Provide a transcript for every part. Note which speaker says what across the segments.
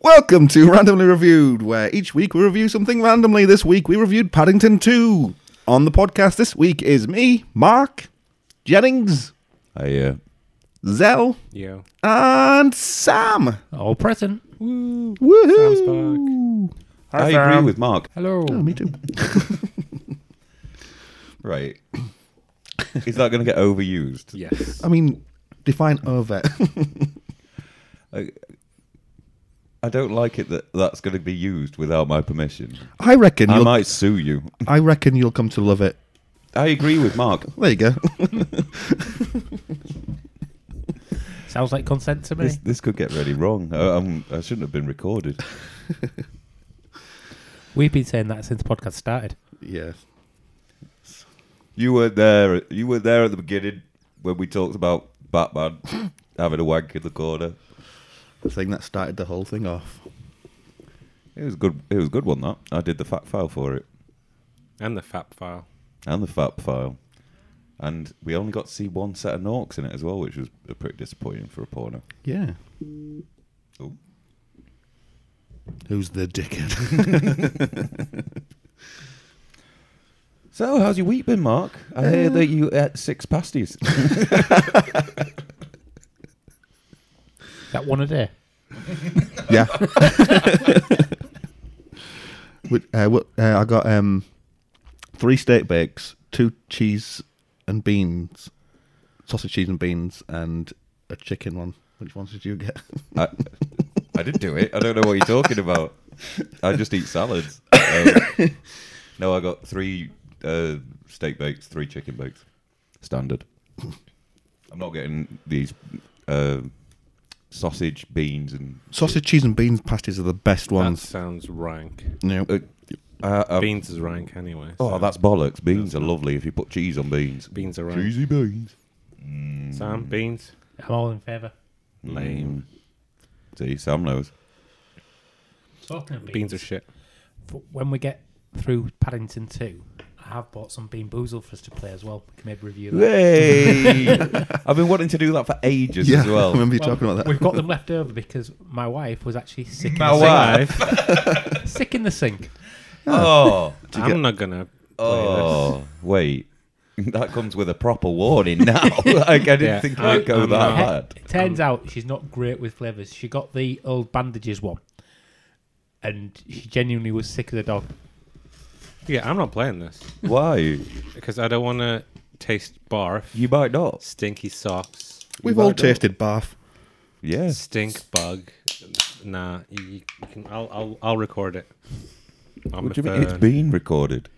Speaker 1: Welcome to Randomly Reviewed, where each week we review something randomly. This week we reviewed Paddington 2. On the podcast this week is me, Mark, Jennings,
Speaker 2: I, uh,
Speaker 1: Zell,
Speaker 3: Yeah.
Speaker 1: and Sam.
Speaker 3: All present.
Speaker 4: Oh,
Speaker 1: Woohoo!
Speaker 2: I agree with Mark.
Speaker 3: Hello.
Speaker 1: Oh, me too.
Speaker 2: Right. Is that going to get overused?
Speaker 3: Yes.
Speaker 1: I mean, define over.
Speaker 2: I don't like it that that's going to be used without my permission.
Speaker 1: I reckon
Speaker 2: I
Speaker 1: you'll.
Speaker 2: might sue you.
Speaker 1: I reckon you'll come to love it.
Speaker 2: I agree with Mark.
Speaker 1: There you go.
Speaker 3: Sounds like consent to me.
Speaker 2: This, this could get really wrong. I, I'm, I shouldn't have been recorded.
Speaker 3: We've been saying that since the podcast started.
Speaker 1: yeah.
Speaker 2: You were there. You were there at the beginning when we talked about Batman having a wank in the corner.
Speaker 1: The thing that started the whole thing off.
Speaker 2: It was good. It was a good one. That I did the fat file for it
Speaker 4: And the FAP file.
Speaker 2: and the fat file, and we only got to see one set of norks in it as well, which was pretty disappointing for a porno.
Speaker 1: Yeah.
Speaker 2: Ooh.
Speaker 1: Who's the dickhead?
Speaker 2: So, how's your week been, Mark? I hear that you ate six pasties.
Speaker 3: Is that one a day?
Speaker 1: Yeah. With, uh, what, uh, I got um, three steak bakes, two cheese and beans, sausage, cheese and beans, and a chicken one. Which ones did you get?
Speaker 2: I, I didn't do it. I don't know what you're talking about. I just eat salads. Um, no, I got three uh, steak bakes, three chicken bakes. Standard. I'm not getting these uh, sausage, beans, and
Speaker 1: sausage, cheese and beans pasties are the best
Speaker 4: That
Speaker 1: ones.
Speaker 4: sounds rank.
Speaker 1: No.
Speaker 2: Uh, uh, uh,
Speaker 4: Beans is rank anyway.
Speaker 2: Oh,
Speaker 4: so
Speaker 2: that's bollocks. Beans are lovely if you put cheese on beans.
Speaker 4: beans are rank.
Speaker 2: Cheesy beans.
Speaker 4: Sam, beans.
Speaker 3: I'm all in favour.
Speaker 2: Lame.
Speaker 4: Mm.
Speaker 2: See, Sam knows.
Speaker 3: Talking of
Speaker 4: Beans are shit.
Speaker 3: f- When we get through Paddington 2, I have bought some Bean Boozle for us to play as well. We can maybe review that.
Speaker 2: Hey! I've been wanting to do that for ages
Speaker 1: yeah,
Speaker 2: as well.
Speaker 1: I remember you
Speaker 3: Well,
Speaker 1: talking about that.
Speaker 3: We've got them left over because my wife was actually sick
Speaker 2: My
Speaker 3: in the
Speaker 2: wife.
Speaker 3: sink. Sick in the sink.
Speaker 2: Oh.
Speaker 4: I'm not gonna.
Speaker 2: Oh, wait. That comes with a proper warning now. like, I didn't
Speaker 4: Yeah.
Speaker 2: think it would go
Speaker 4: I'm
Speaker 2: that
Speaker 4: not-
Speaker 3: Te-
Speaker 2: bad.
Speaker 3: It turns out she's not great with flavours. She got the old bandages one, and she genuinely was sick as a dog.
Speaker 4: Yeah, I'm not playing this
Speaker 2: Why?
Speaker 4: because I don't want to taste barf,
Speaker 2: You might not.
Speaker 4: stinky socks,
Speaker 1: We've uh, all
Speaker 2: might not.
Speaker 1: tasted bath.
Speaker 2: Yes.
Speaker 4: stink bug. Nah, you, you can. I'll, I'll I'll record it.
Speaker 2: What
Speaker 4: On my
Speaker 2: do you mean?
Speaker 4: phone.
Speaker 2: It's been recorded.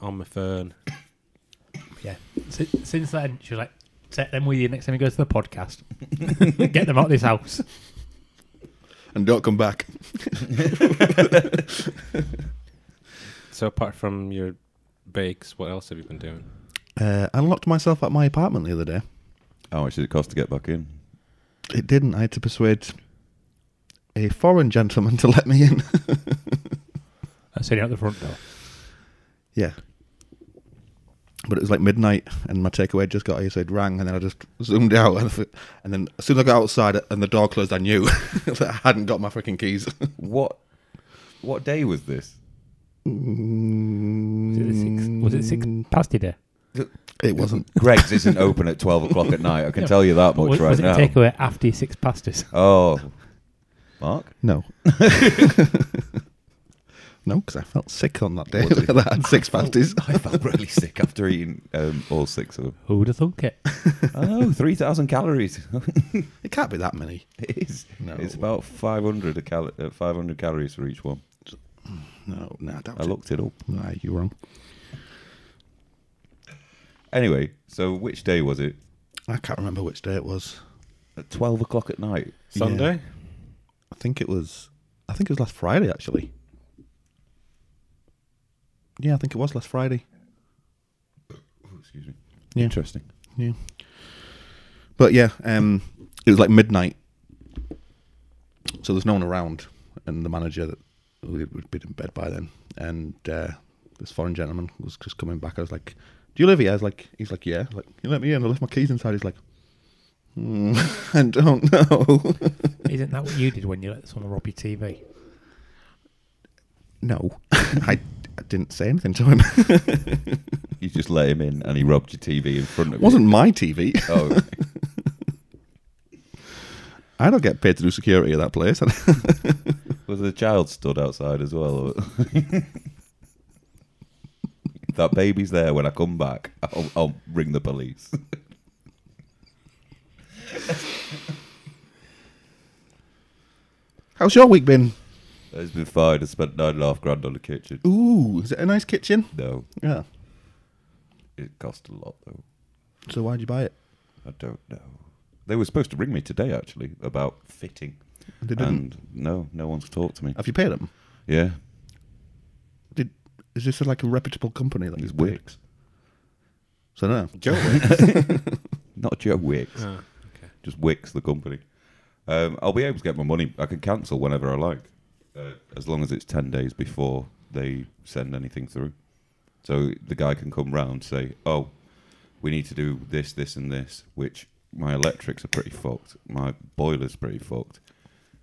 Speaker 4: on my phone.
Speaker 3: Yeah. Si- Since then, she was like, "Take them with you next time you go to the podcast. Get them out of this house."
Speaker 1: And don't come back.
Speaker 4: So apart from your bakes, what else have you been doing?
Speaker 1: Uh, I locked myself at my apartment the other day.
Speaker 2: How much did it cost to get back in?
Speaker 1: It didn't. I had to persuade a foreign gentleman to let me in.
Speaker 3: I'm sitting out the front door.
Speaker 1: Yeah. But it was like midnight, and my takeaway just got here, so it rang, and then I just zoomed out. And, th- and then as soon as I got outside and the door closed, I knew that I hadn't got my freaking keys.
Speaker 2: What? What day was this?
Speaker 3: Was it, the six,
Speaker 4: Mm.
Speaker 3: was it six past your day?
Speaker 1: It wasn't.
Speaker 2: Greg's isn't open at twelve o'clock at night. I can tell you that much
Speaker 3: was,
Speaker 2: right
Speaker 3: was it
Speaker 2: now.
Speaker 3: a takeaway after your six pastas?
Speaker 2: oh, Mark.
Speaker 1: No. no, because I felt sick on that day.
Speaker 2: Was it?
Speaker 1: I had six pasties.
Speaker 2: I felt really sick after eating um, all six of them.
Speaker 3: Who would have thunk it?
Speaker 2: I know, Oh, three thousand calories.
Speaker 1: It can't be that many.
Speaker 2: it is.
Speaker 1: No.
Speaker 2: It's about five hundred a cal- uh, five hundred calories for each one.
Speaker 1: No, no, I doubt
Speaker 2: I
Speaker 1: it.
Speaker 2: looked it up.
Speaker 1: Nah, you're wrong.
Speaker 2: Anyway, so which day was it?
Speaker 1: I can't remember which day it was.
Speaker 2: At 12 o'clock at night.
Speaker 4: Sunday.
Speaker 1: I think it was. I think it was last Friday, actually. Yeah, I think it was last Friday.
Speaker 2: Excuse me.
Speaker 1: Yeah.
Speaker 2: Interesting.
Speaker 1: Yeah. But yeah, um, it was like midnight. So there's no one around, and the manager that would would be in bed by then, and uh, this foreign gentleman was just coming back. I was like, "Do you live here?" I was like, "He's like, yeah." I was like, you let me in. I left my keys inside. He's like, hmm, "I don't know."
Speaker 3: Isn't that what you did when you let someone rob your TV?
Speaker 1: No, I, I didn't say anything to him. it
Speaker 2: You just let him in, and he robbed your TV in front of you.
Speaker 1: wasn't my TV.
Speaker 2: Oh,
Speaker 1: I don't get paid to do security at that place.
Speaker 2: was the child stood outside as well? that baby's there. When I come back, I'll, I'll ring the police.
Speaker 1: How's your week been?
Speaker 2: It's been fine. I spent nine and a half grand on the kitchen.
Speaker 1: Ooh, is it a nice kitchen?
Speaker 2: No,
Speaker 1: Yeah.
Speaker 2: it cost a lot though.
Speaker 1: So why'd you buy it?
Speaker 2: I don't know. They were supposed to ring me today actually about fitting,
Speaker 1: They didn't.
Speaker 2: and no, no one's talked to me.
Speaker 1: Have you paid them?
Speaker 2: Yeah,
Speaker 1: Did is this like a reputable company? That
Speaker 2: it's
Speaker 1: you've paid?
Speaker 2: Wicks,
Speaker 1: So no.
Speaker 4: Joe Wicks.
Speaker 2: not Joe Wicks.
Speaker 4: Ah, okay.
Speaker 2: just Wicks the company. Um, I'll be able to get my money. I can cancel whenever I like, uh, as long as it's ten days before they send anything through. So the guy can come round say, "Oh, we need to do this, this, and this." Which my electrics are pretty fucked. My boiler's pretty fucked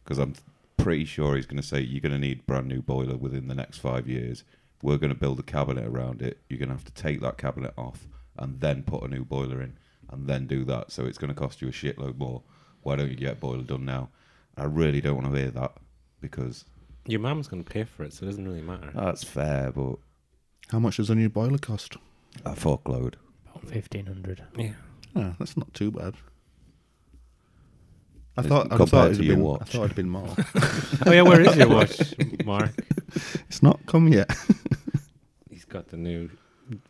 Speaker 2: because I'm pretty sure he's going to say you're going to need brand new boiler within the next five years. We're going to build a cabinet around it. You're going to have to take that cabinet off and then put a new boiler in and then do that. So it's going to cost you a shitload more. Why don't you get boiler done now? I really don't want to hear that because
Speaker 4: Your mum's going to pay for it, so it doesn't really matter.
Speaker 2: that's fair, but
Speaker 1: How much does a new boiler cost?
Speaker 2: a fuckload.
Speaker 3: About 1500
Speaker 4: yeah.
Speaker 1: Oh, that's not too bad. I
Speaker 2: It's
Speaker 1: thought, I
Speaker 2: compared
Speaker 1: thought, it'd
Speaker 2: to your
Speaker 1: been, I
Speaker 2: watch.
Speaker 1: thought it'd been more.
Speaker 4: Oh, yeah, where is your watch, Mark?
Speaker 1: it's not come yet.
Speaker 4: He's got the new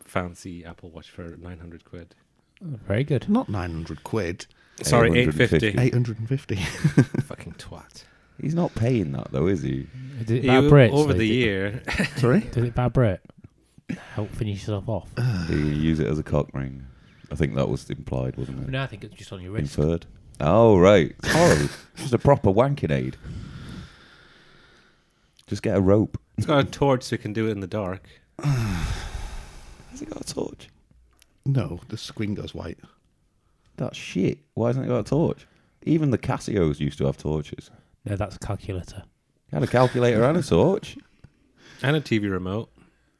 Speaker 4: fancy Apple Watch for 900 quid.
Speaker 3: Very good.
Speaker 1: Not 900 quid,
Speaker 4: Sorry,
Speaker 2: 850.
Speaker 4: 850.
Speaker 1: 850.
Speaker 4: Fucking twat.
Speaker 2: He's not paying that though, is he?
Speaker 3: Did it
Speaker 4: You,
Speaker 3: vibrate?
Speaker 4: over the
Speaker 3: Steve?
Speaker 4: year,
Speaker 1: Sorry?
Speaker 3: Did it vibrate? Help finish yourself off.
Speaker 2: He use it as a cock ring. I think that was implied, wasn't it?
Speaker 3: No, I think it's just on your wrist.
Speaker 2: Inferred. Oh right. It's horrible. Just a proper wanking aid. Just get a rope.
Speaker 4: it's got a torch so you can do it in the dark.
Speaker 2: Has it got a torch?
Speaker 1: No, the screen goes white.
Speaker 2: That's shit. Why hasn't it got a torch? Even the Casios used to have torches.
Speaker 3: No, that's calculator.
Speaker 2: It had a calculator and a torch.
Speaker 4: And a TV remote.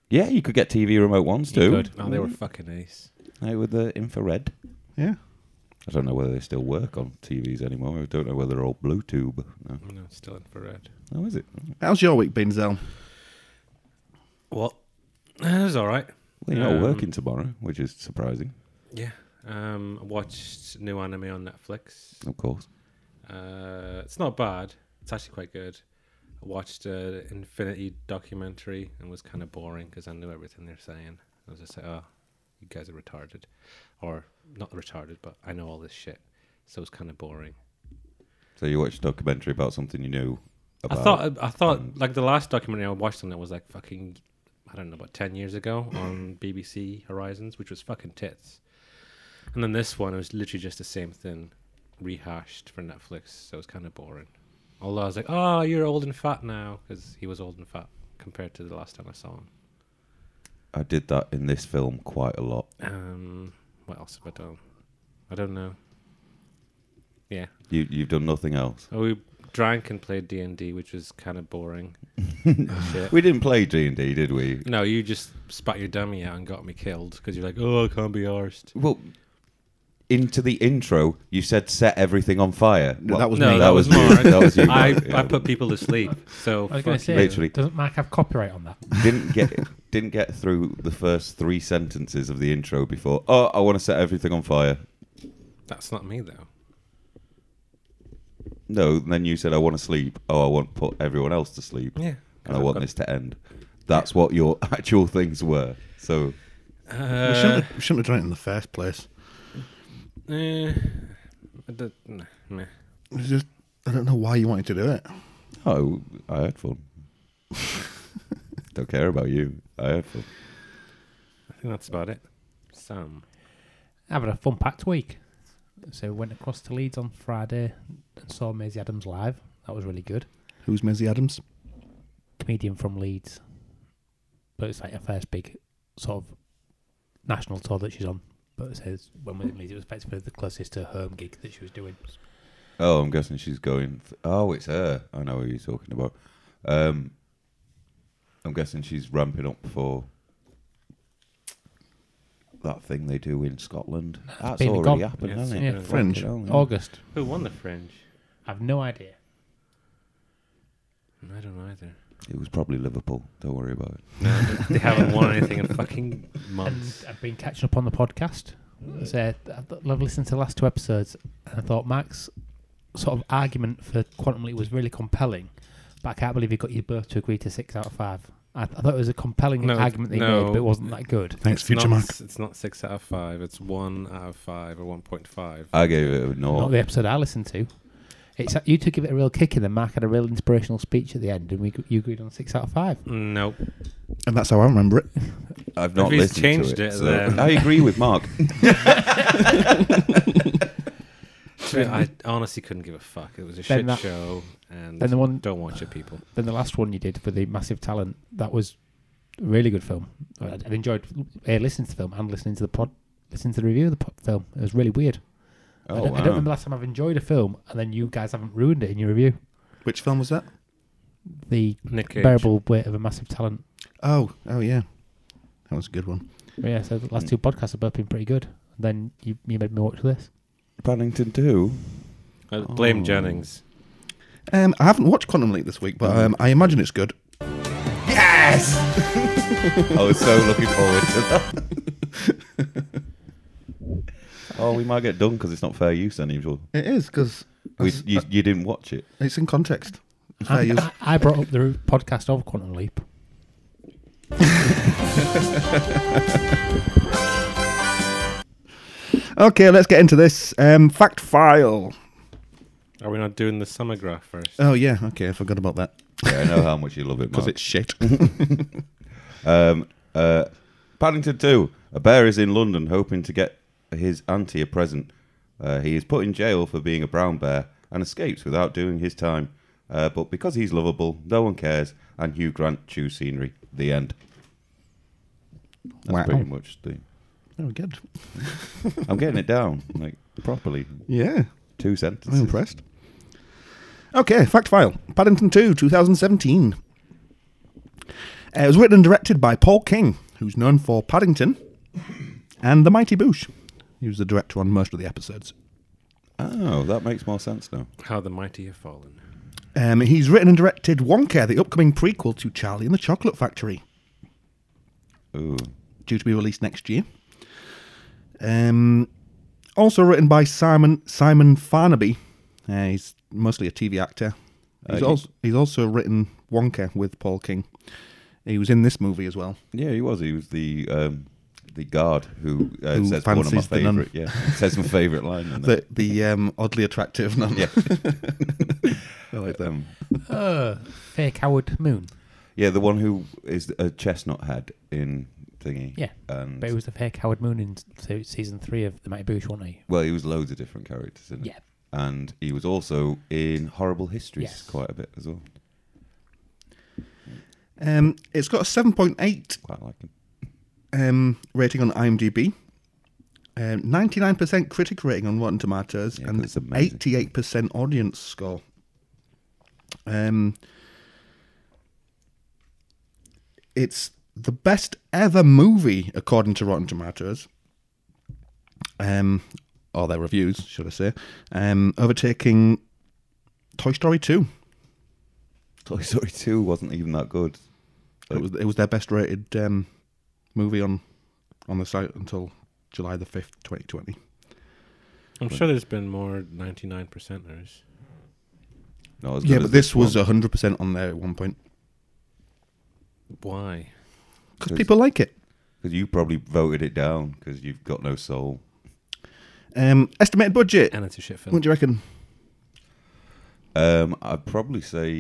Speaker 2: Yeah, you could get TV remote ones
Speaker 3: You
Speaker 2: too.
Speaker 3: could.
Speaker 4: Oh, they were fucking ace.
Speaker 2: Hey, with the infrared.
Speaker 1: Yeah.
Speaker 2: I don't know whether they still work on TVs anymore. I don't know whether they're all Bluetooth. No.
Speaker 4: No, it's still infrared.
Speaker 2: Oh, is it?
Speaker 1: How's your week been, Zell?
Speaker 4: What? It was all right.
Speaker 2: Well, you're not
Speaker 4: Um,
Speaker 2: working tomorrow, which is surprising,
Speaker 4: Yeah. Um, I watched new anime on Netflix.
Speaker 2: of course.
Speaker 4: Uh, it's not bad. It's actually quite good. I watched an Infinity documentary and was kind of boring because I knew everything they're saying. I was just like, oh, you guys are retarded. Or not retarded, but I know all this shit. So it's kind of boring.
Speaker 2: So you watched a documentary about something you knew about.
Speaker 4: I thought, I thought, like the last documentary I watched on it was like fucking, I don't know, about 10 years ago on BBC Horizons, which was fucking tits. And then this one, it was literally just the same thing rehashed for Netflix. So it was kind of boring. Although I was like, oh, you're old and fat now, because he was old and fat compared to the last time I saw him.
Speaker 2: I did that in this film quite a lot.
Speaker 4: Um, what else have I done? I don't know. Yeah.
Speaker 2: You, you've done nothing else.
Speaker 4: Oh, we drank and played D&D, which was kind of boring. Shit.
Speaker 2: We didn't play D and D, did we?
Speaker 4: No, you just spat your dummy out and got me killed because you're like, oh, I can't be arsed.
Speaker 2: Well, into the intro, you said set everything on fire.
Speaker 1: No,
Speaker 2: Well,
Speaker 1: that was
Speaker 4: no,
Speaker 1: me.
Speaker 4: that,
Speaker 2: That
Speaker 4: was
Speaker 2: was you.
Speaker 4: Mark.
Speaker 2: That was you,
Speaker 4: I,
Speaker 2: Mark, yeah.
Speaker 4: I put people to sleep. So
Speaker 3: I was going
Speaker 4: fuck
Speaker 3: to say,
Speaker 4: you.
Speaker 2: Literally.
Speaker 3: doesn't Mark have copyright on that?
Speaker 2: didn't get didn't get through the first three sentences of the intro before. Oh, I want to set everything on fire.
Speaker 4: that's not me though.
Speaker 2: No, and then you said I want to sleep. Oh, I want to put everyone else to sleep,
Speaker 4: Yeah,
Speaker 2: and I want this to end. That's what your actual things were. So
Speaker 1: we,
Speaker 4: Uh,
Speaker 1: shouldn't have, we shouldn't have done it in the first place.
Speaker 4: eh, I don't, nah, meh.
Speaker 1: It's just, I don't know why you wanted to do it.
Speaker 2: Oh, I had fun. Don't care about you. I had fun.
Speaker 4: I think that's about it. Sam,
Speaker 3: Having a fun packed week. So we went across to Leeds on Friday and saw Maisie Adams live. That was really good.
Speaker 1: Who's Maisie Adams?
Speaker 3: Comedian from Leeds. But it's like her first big sort of national tour that she's on. But it says when we were in Leeds, it was effectively the closest to home gig that she was doing.
Speaker 2: Oh, I'm guessing she's going. Th- oh, it's her. I know who you're talking about. Um, I'm guessing she's ramping up for that thing they do in Scotland. That's
Speaker 3: been
Speaker 2: already
Speaker 3: gone.
Speaker 2: happened,
Speaker 4: Yeah,
Speaker 2: hasn't
Speaker 3: yeah.
Speaker 2: it?
Speaker 1: Fringe.
Speaker 2: Fucking
Speaker 4: Mm.
Speaker 2: hell,
Speaker 3: August.
Speaker 4: Who won the Fringe?
Speaker 3: I've no idea.
Speaker 4: I don't know either.
Speaker 2: yeah. It was probably Liverpool. Don't worry about it.
Speaker 4: No, they haven't won anything in fucking
Speaker 3: And
Speaker 4: months.
Speaker 3: I've been catching up on the podcast. So I've listened to the last two episodes, and I thought Max sort of argument for Quantum Leap was really compelling, but I can't believe you got your birth to agree to six out of five. I, th- I thought it was a compelling
Speaker 4: No,
Speaker 3: argument they
Speaker 4: no.
Speaker 3: made, but it wasn't that good.
Speaker 1: Thanks,
Speaker 4: It's
Speaker 1: future
Speaker 4: not,
Speaker 1: Mark.
Speaker 4: s- It's not six out of five. It's one out of five or one point five.
Speaker 2: I gave it a
Speaker 3: Not
Speaker 2: no.
Speaker 3: the episode I listened to. It's you two give it a real kick, and then Mark had a real inspirational speech at the end, and we g- you agreed on six out of five.
Speaker 4: Nope.
Speaker 1: And that's how I remember it.
Speaker 2: I've not
Speaker 4: If he's
Speaker 2: listened
Speaker 4: changed
Speaker 2: to it.
Speaker 4: it,
Speaker 2: so-
Speaker 4: then-
Speaker 2: I agree with Mark.
Speaker 4: I honestly couldn't give a fuck. It was a
Speaker 3: Then
Speaker 4: shit
Speaker 3: that-
Speaker 4: show, and
Speaker 3: then the one-
Speaker 4: don't watch it, people.
Speaker 3: Then the last one you did for the massive talent that was a really good film. I, I enjoyed uh, listening to the film and listening to the pod, listening to the review of the pod film. It was really weird.
Speaker 2: Oh,
Speaker 3: I, don't,
Speaker 2: wow.
Speaker 3: I don't remember last time I've enjoyed a film, and then you guys haven't ruined it in your review.
Speaker 1: Which film was that?
Speaker 3: The
Speaker 4: Nick Cage.
Speaker 3: bearable weight of a massive talent.
Speaker 1: Oh, oh yeah, that was a good one.
Speaker 3: But yeah, so the last two podcasts have both been pretty good. Then you, you made me watch this.
Speaker 2: Paddington 2.
Speaker 4: I Uh, blame
Speaker 2: Oh.
Speaker 4: Jennings.
Speaker 1: Um, I haven't watched Quantum Leap this week, but um, I imagine it's good.
Speaker 2: I was so looking forward to that. oh, we might get done because it's not fair use anymore.
Speaker 1: It is because
Speaker 2: We, you, you didn't watch it.
Speaker 1: it's in context. It's fair
Speaker 3: I,
Speaker 1: use.
Speaker 3: I, I brought up the podcast of Quantum Leap.
Speaker 1: Okay, let's get into this um, fact file.
Speaker 4: Are we not doing the summer graph
Speaker 2: Uh,
Speaker 4: first?
Speaker 1: Oh yeah, okay, I forgot about that
Speaker 2: Yeah, I know how much you love it,
Speaker 1: because
Speaker 2: Mark.
Speaker 1: it's shit.
Speaker 2: Um, uh, Paddington 2. A bear is in London hoping to get his auntie a present. Uh, he is put in jail for being a brown bear and escapes without doing his time. Uh, but because he's lovable, no one cares, and Hugh Grant chews scenery. The end. That's
Speaker 1: Wow.
Speaker 2: pretty much the.
Speaker 1: Very Oh, good.
Speaker 2: I'm getting it down, like, properly.
Speaker 1: Yeah,
Speaker 2: Two
Speaker 1: I'm
Speaker 2: sentences.
Speaker 1: impressed. Okay, fact file: Paddington Two, 2017. Uh, it was written and directed by Paul King, who's known for Paddington and The Mighty Boosh. He was the director on most of the episodes.
Speaker 2: Oh, that makes more sense now.
Speaker 4: How the mighty have fallen.
Speaker 1: Um, he's written and directed Wonka, the upcoming prequel to Charlie and the Chocolate Factory,
Speaker 2: Ooh.
Speaker 1: due to be released next year. Um, also written by Simon Simon Farnaby. Uh, he's mostly a TV actor. He's,
Speaker 2: Uh,
Speaker 1: also, he's also written Wonka with Paul King. He was in this movie as well.
Speaker 2: Yeah, he was. He was the um, the guard who, uh,
Speaker 1: Who
Speaker 2: says one of my
Speaker 1: fancies the nun.
Speaker 2: favorite. Yeah, says my favorite line. in there.
Speaker 1: The the um, oddly attractive nun.
Speaker 2: Yeah.
Speaker 1: I like that.
Speaker 2: Um,
Speaker 3: Uh, fake Howard Moon.
Speaker 2: yeah, the one who is a chestnut head in thingy.
Speaker 3: Yeah,
Speaker 2: and
Speaker 3: But it was the fake Howard Moon in se- season three of The Mighty Boosh, wasn't he?
Speaker 2: well, he was loads of different characters in it.
Speaker 3: Yeah.
Speaker 2: and he was also in Horrible Histories
Speaker 3: Yes.
Speaker 2: quite a bit as well.
Speaker 1: Um, it's got a seven point eight
Speaker 2: Quite like him.
Speaker 1: um, rating on IMDb, um, 99% critic rating on Rotten Tomatoes,
Speaker 2: Yeah,
Speaker 1: and
Speaker 2: that's amazing.
Speaker 1: 88% audience score. Um, it's the best ever movie, according to Rotten Tomatoes, um, or their reviews, should I say, um, overtaking Toy Story 2.
Speaker 2: Toy Story Two wasn't even that good.
Speaker 1: It was it was their best rated um, movie on on the site until July the fifth, twenty twenty.
Speaker 4: I'm sure there's been more 99 percenters.
Speaker 2: Not as good
Speaker 1: Yeah, but
Speaker 2: as
Speaker 1: this was
Speaker 2: one.
Speaker 1: hundred percent on there at one point
Speaker 4: Why?
Speaker 1: because
Speaker 2: Cause-
Speaker 1: people like it.
Speaker 2: 'Cause you probably voted it down because you've got no soul.
Speaker 1: Um, estimated budget.
Speaker 4: And it's a shit film.
Speaker 1: What do you reckon?
Speaker 2: Um, I'd probably say,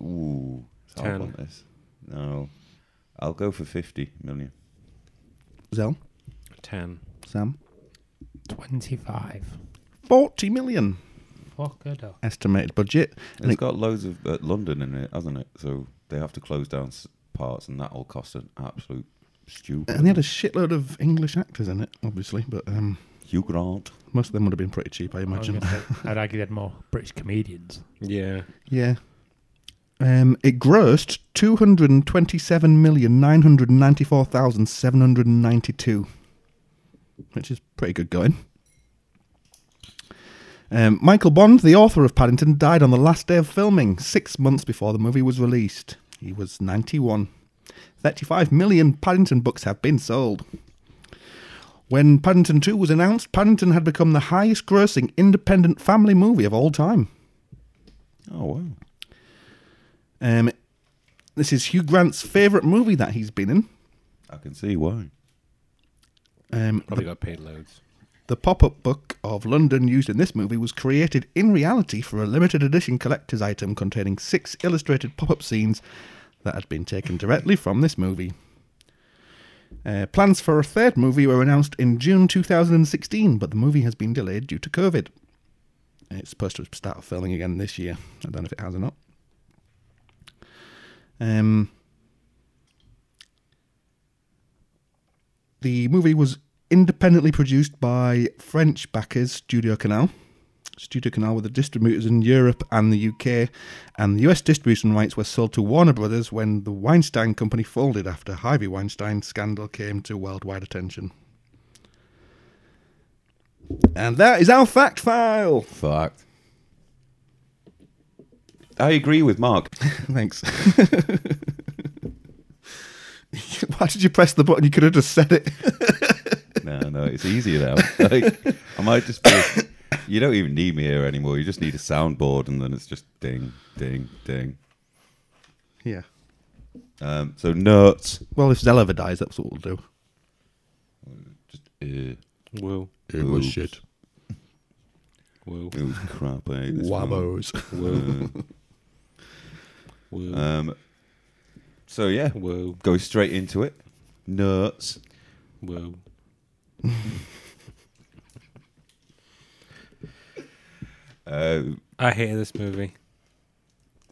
Speaker 2: ooh, it's hard
Speaker 4: Ten.
Speaker 2: on this. No, I'll go for fifty million.
Speaker 1: Zell,
Speaker 4: Ten.
Speaker 1: Sam,
Speaker 3: 25.
Speaker 1: forty million
Speaker 3: Fuck a dog.
Speaker 1: estimated budget.
Speaker 2: And
Speaker 1: And
Speaker 2: it's got loads of uh, London in it, hasn't it? So they have to close down s- parts, and that'll cost an absolute stupid.
Speaker 1: And they had a shitload of English actors in it, obviously, but um,
Speaker 2: Hugh Grant.
Speaker 1: most of them would have been pretty
Speaker 2: Oh,
Speaker 1: cheap, I
Speaker 3: I was
Speaker 1: imagine.
Speaker 3: gonna say, I'd argue they had more British comedians.
Speaker 4: Yeah.
Speaker 1: yeah. Um, it grossed two hundred and twenty-seven million nine hundred ninety-four thousand seven hundred ninety-two, which is pretty good going. Um, Michael Bond, the author of Paddington, died on the last day of filming, six months before the movie was released. He was 91. 35 million Paddington books have been sold. When Paddington 2 was announced, Paddington had become the highest grossing independent family movie of all time.
Speaker 2: Oh wow!
Speaker 1: Um, this is Hugh Grant's favourite movie that he's been in.
Speaker 2: I can see why.
Speaker 1: Um,
Speaker 4: Probably got paid loads.
Speaker 1: The pop up book of London used in this movie was created in reality for a limited edition collector's item containing six illustrated pop up scenes that had been taken directly from this movie. Uh, plans for a third movie were announced in June 2016, but the movie has been delayed due to COVID. It's supposed to start filming again this year. I don't know if it has or not. Um, The movie was independently produced by French backers Studio Canal. Studio Canal were the distributors in Europe and the UK, and the US distribution rights were sold to Warner Brothers when the Weinstein Company folded after Harvey Weinstein scandal came to worldwide attention. And that is our fact file.
Speaker 2: Fact. I agree with Mark.
Speaker 1: Thanks. Why did you press the button? You could have just said it.
Speaker 2: no, no, it's easier now. Like, I might just be. You don't even need me here anymore. You just need a soundboard, and then it's just ding, ding, ding.
Speaker 1: Yeah.
Speaker 2: Um, so nuts.
Speaker 1: Well, if Zell ever dies, that's what we'll do.
Speaker 2: Just uh,
Speaker 4: Woo.
Speaker 1: It
Speaker 2: was shit.
Speaker 4: Woo.
Speaker 2: it was crap. I hate this film.
Speaker 1: Wammos.
Speaker 4: Woo. Woo.
Speaker 2: Um, so yeah,
Speaker 4: Woo.
Speaker 2: go straight into it. Nuts.
Speaker 4: Woo.
Speaker 2: Uh,
Speaker 4: I hated this movie.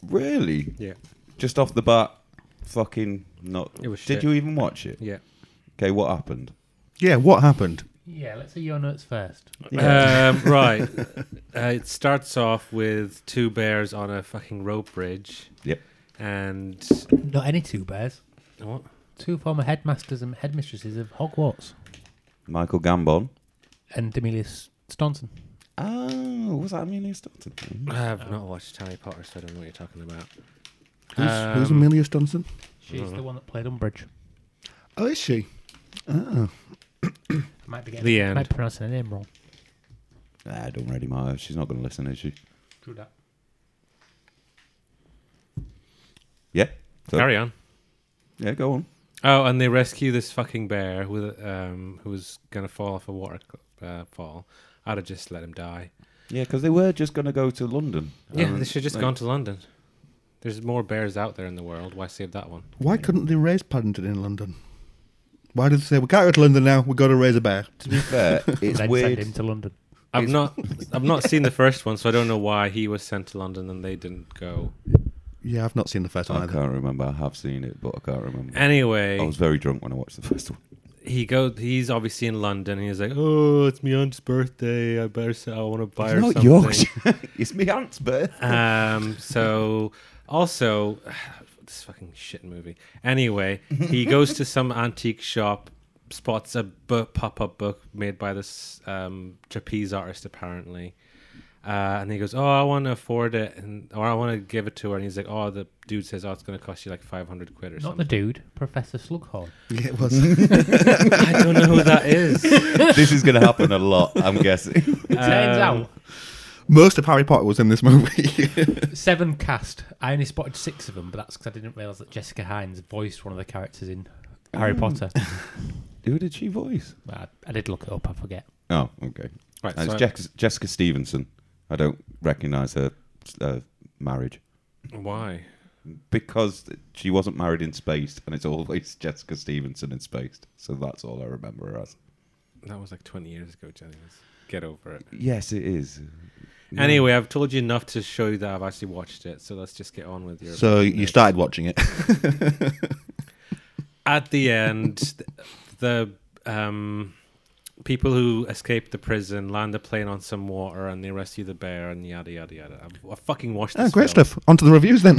Speaker 2: really,
Speaker 4: Yeah.
Speaker 2: just off the bat, fucking not.
Speaker 4: It was
Speaker 2: Did
Speaker 4: shit.
Speaker 2: you even watch it?
Speaker 4: Yeah.
Speaker 2: Okay, what happened?
Speaker 1: Yeah, what happened?
Speaker 3: Yeah, let's see your notes first.
Speaker 4: Um, right. Uh, it starts off with two bears on a fucking rope bridge
Speaker 2: Yep.
Speaker 4: and.
Speaker 3: Not any two bears.
Speaker 4: What?
Speaker 3: Two former headmasters and headmistresses of Hogwarts
Speaker 2: Michael Gambon.
Speaker 3: and Demelius Staunton.
Speaker 2: Oh, was that Amelia Staunton?
Speaker 4: I've not watched Harry Potter, so I don't know what you're talking about.
Speaker 1: Who's, who's
Speaker 4: Um,
Speaker 1: Amelia Stunson?
Speaker 3: She's the one that played Umbridge.
Speaker 1: Oh, is she? Ah.
Speaker 3: I might be getting
Speaker 4: The
Speaker 3: I might
Speaker 4: end.
Speaker 3: be pronouncing her name wrong.
Speaker 2: Ah, don't really matter. She's not going to listen, is she?
Speaker 3: True that.
Speaker 2: Yeah. So-
Speaker 4: Carry on.
Speaker 2: Yeah, go on.
Speaker 4: Oh, and they rescue this fucking bear with um, who was gonna fall off a water uh, fall. I'd have just let him die.
Speaker 2: Yeah, because they were just going to go to London.
Speaker 4: Yeah,
Speaker 2: Um,
Speaker 4: they should just
Speaker 2: like-
Speaker 4: gone to London. There's more bears out there in the world. Why save that one?
Speaker 1: Why couldn't they raise Paddington in London? Why did they say we can't go to London now? We've got to raise a bear?
Speaker 2: To be fair, it's
Speaker 3: then
Speaker 2: weird.
Speaker 3: send him to London.
Speaker 4: I've not, I've not seen the first one, so I don't know why he was sent to London and they didn't go.
Speaker 1: Yeah, I've not seen the first one
Speaker 2: I
Speaker 1: either.
Speaker 2: can't remember. I have seen it, but I can't remember.
Speaker 4: Anyway,
Speaker 2: I was very drunk when I watched the first one.
Speaker 4: he go. He's obviously in London. And he's like, oh, it's my aunt's birthday. I better. Say, I want to buy her something.
Speaker 2: it's me aunt's birth.
Speaker 4: Um, so also this fucking shit movie. Anyway, he goes to some antique shop, spots a bu- pop-up book made by this um, trapeze artist apparently. Uh, and he goes, "Oh, I want to afford it, and or I want to give it to her." And he's like, "Oh, the dude says, oh, it's going to cost you like five hundred quid or
Speaker 3: Not the
Speaker 4: something."
Speaker 3: dude, Professor Slughorn.
Speaker 1: Yeah, it was.
Speaker 4: I don't know who that is.
Speaker 2: this is going to happen a lot, I'm guessing.
Speaker 3: It turns
Speaker 4: Um,
Speaker 3: out
Speaker 1: Most of Harry Potter was in this movie.
Speaker 3: seven cast. I only spotted six of them, but that's because I didn't realise that Jessica Hines voiced one of the characters in Harry
Speaker 2: Mm.
Speaker 3: Potter.
Speaker 2: Who did she voice?
Speaker 3: I, I did look it up. I forget.
Speaker 2: Oh, okay.
Speaker 4: Right,
Speaker 2: Uh, it's
Speaker 4: so-
Speaker 2: Jex- Jessica Stevenson. I don't recognise her uh, marriage
Speaker 4: Why?
Speaker 2: because she wasn't married in Spaced, and it's always Jessica Stevenson in Spaced. So that's all I remember her as.
Speaker 4: That was like twenty years ago, Jennings. Get over it.
Speaker 2: Yes, it is.
Speaker 4: Anyway, I've told you enough to show you that I've actually watched it. So let's just get on with your.
Speaker 1: so you
Speaker 4: notes.
Speaker 1: started watching it.
Speaker 4: at the end, th- the um, people who escape the prison land a plane on some water and they rescue the bear and yada yada yada. I've, I fucking watched this.
Speaker 1: Oh, great
Speaker 4: film.
Speaker 1: stuff. On to the reviews then.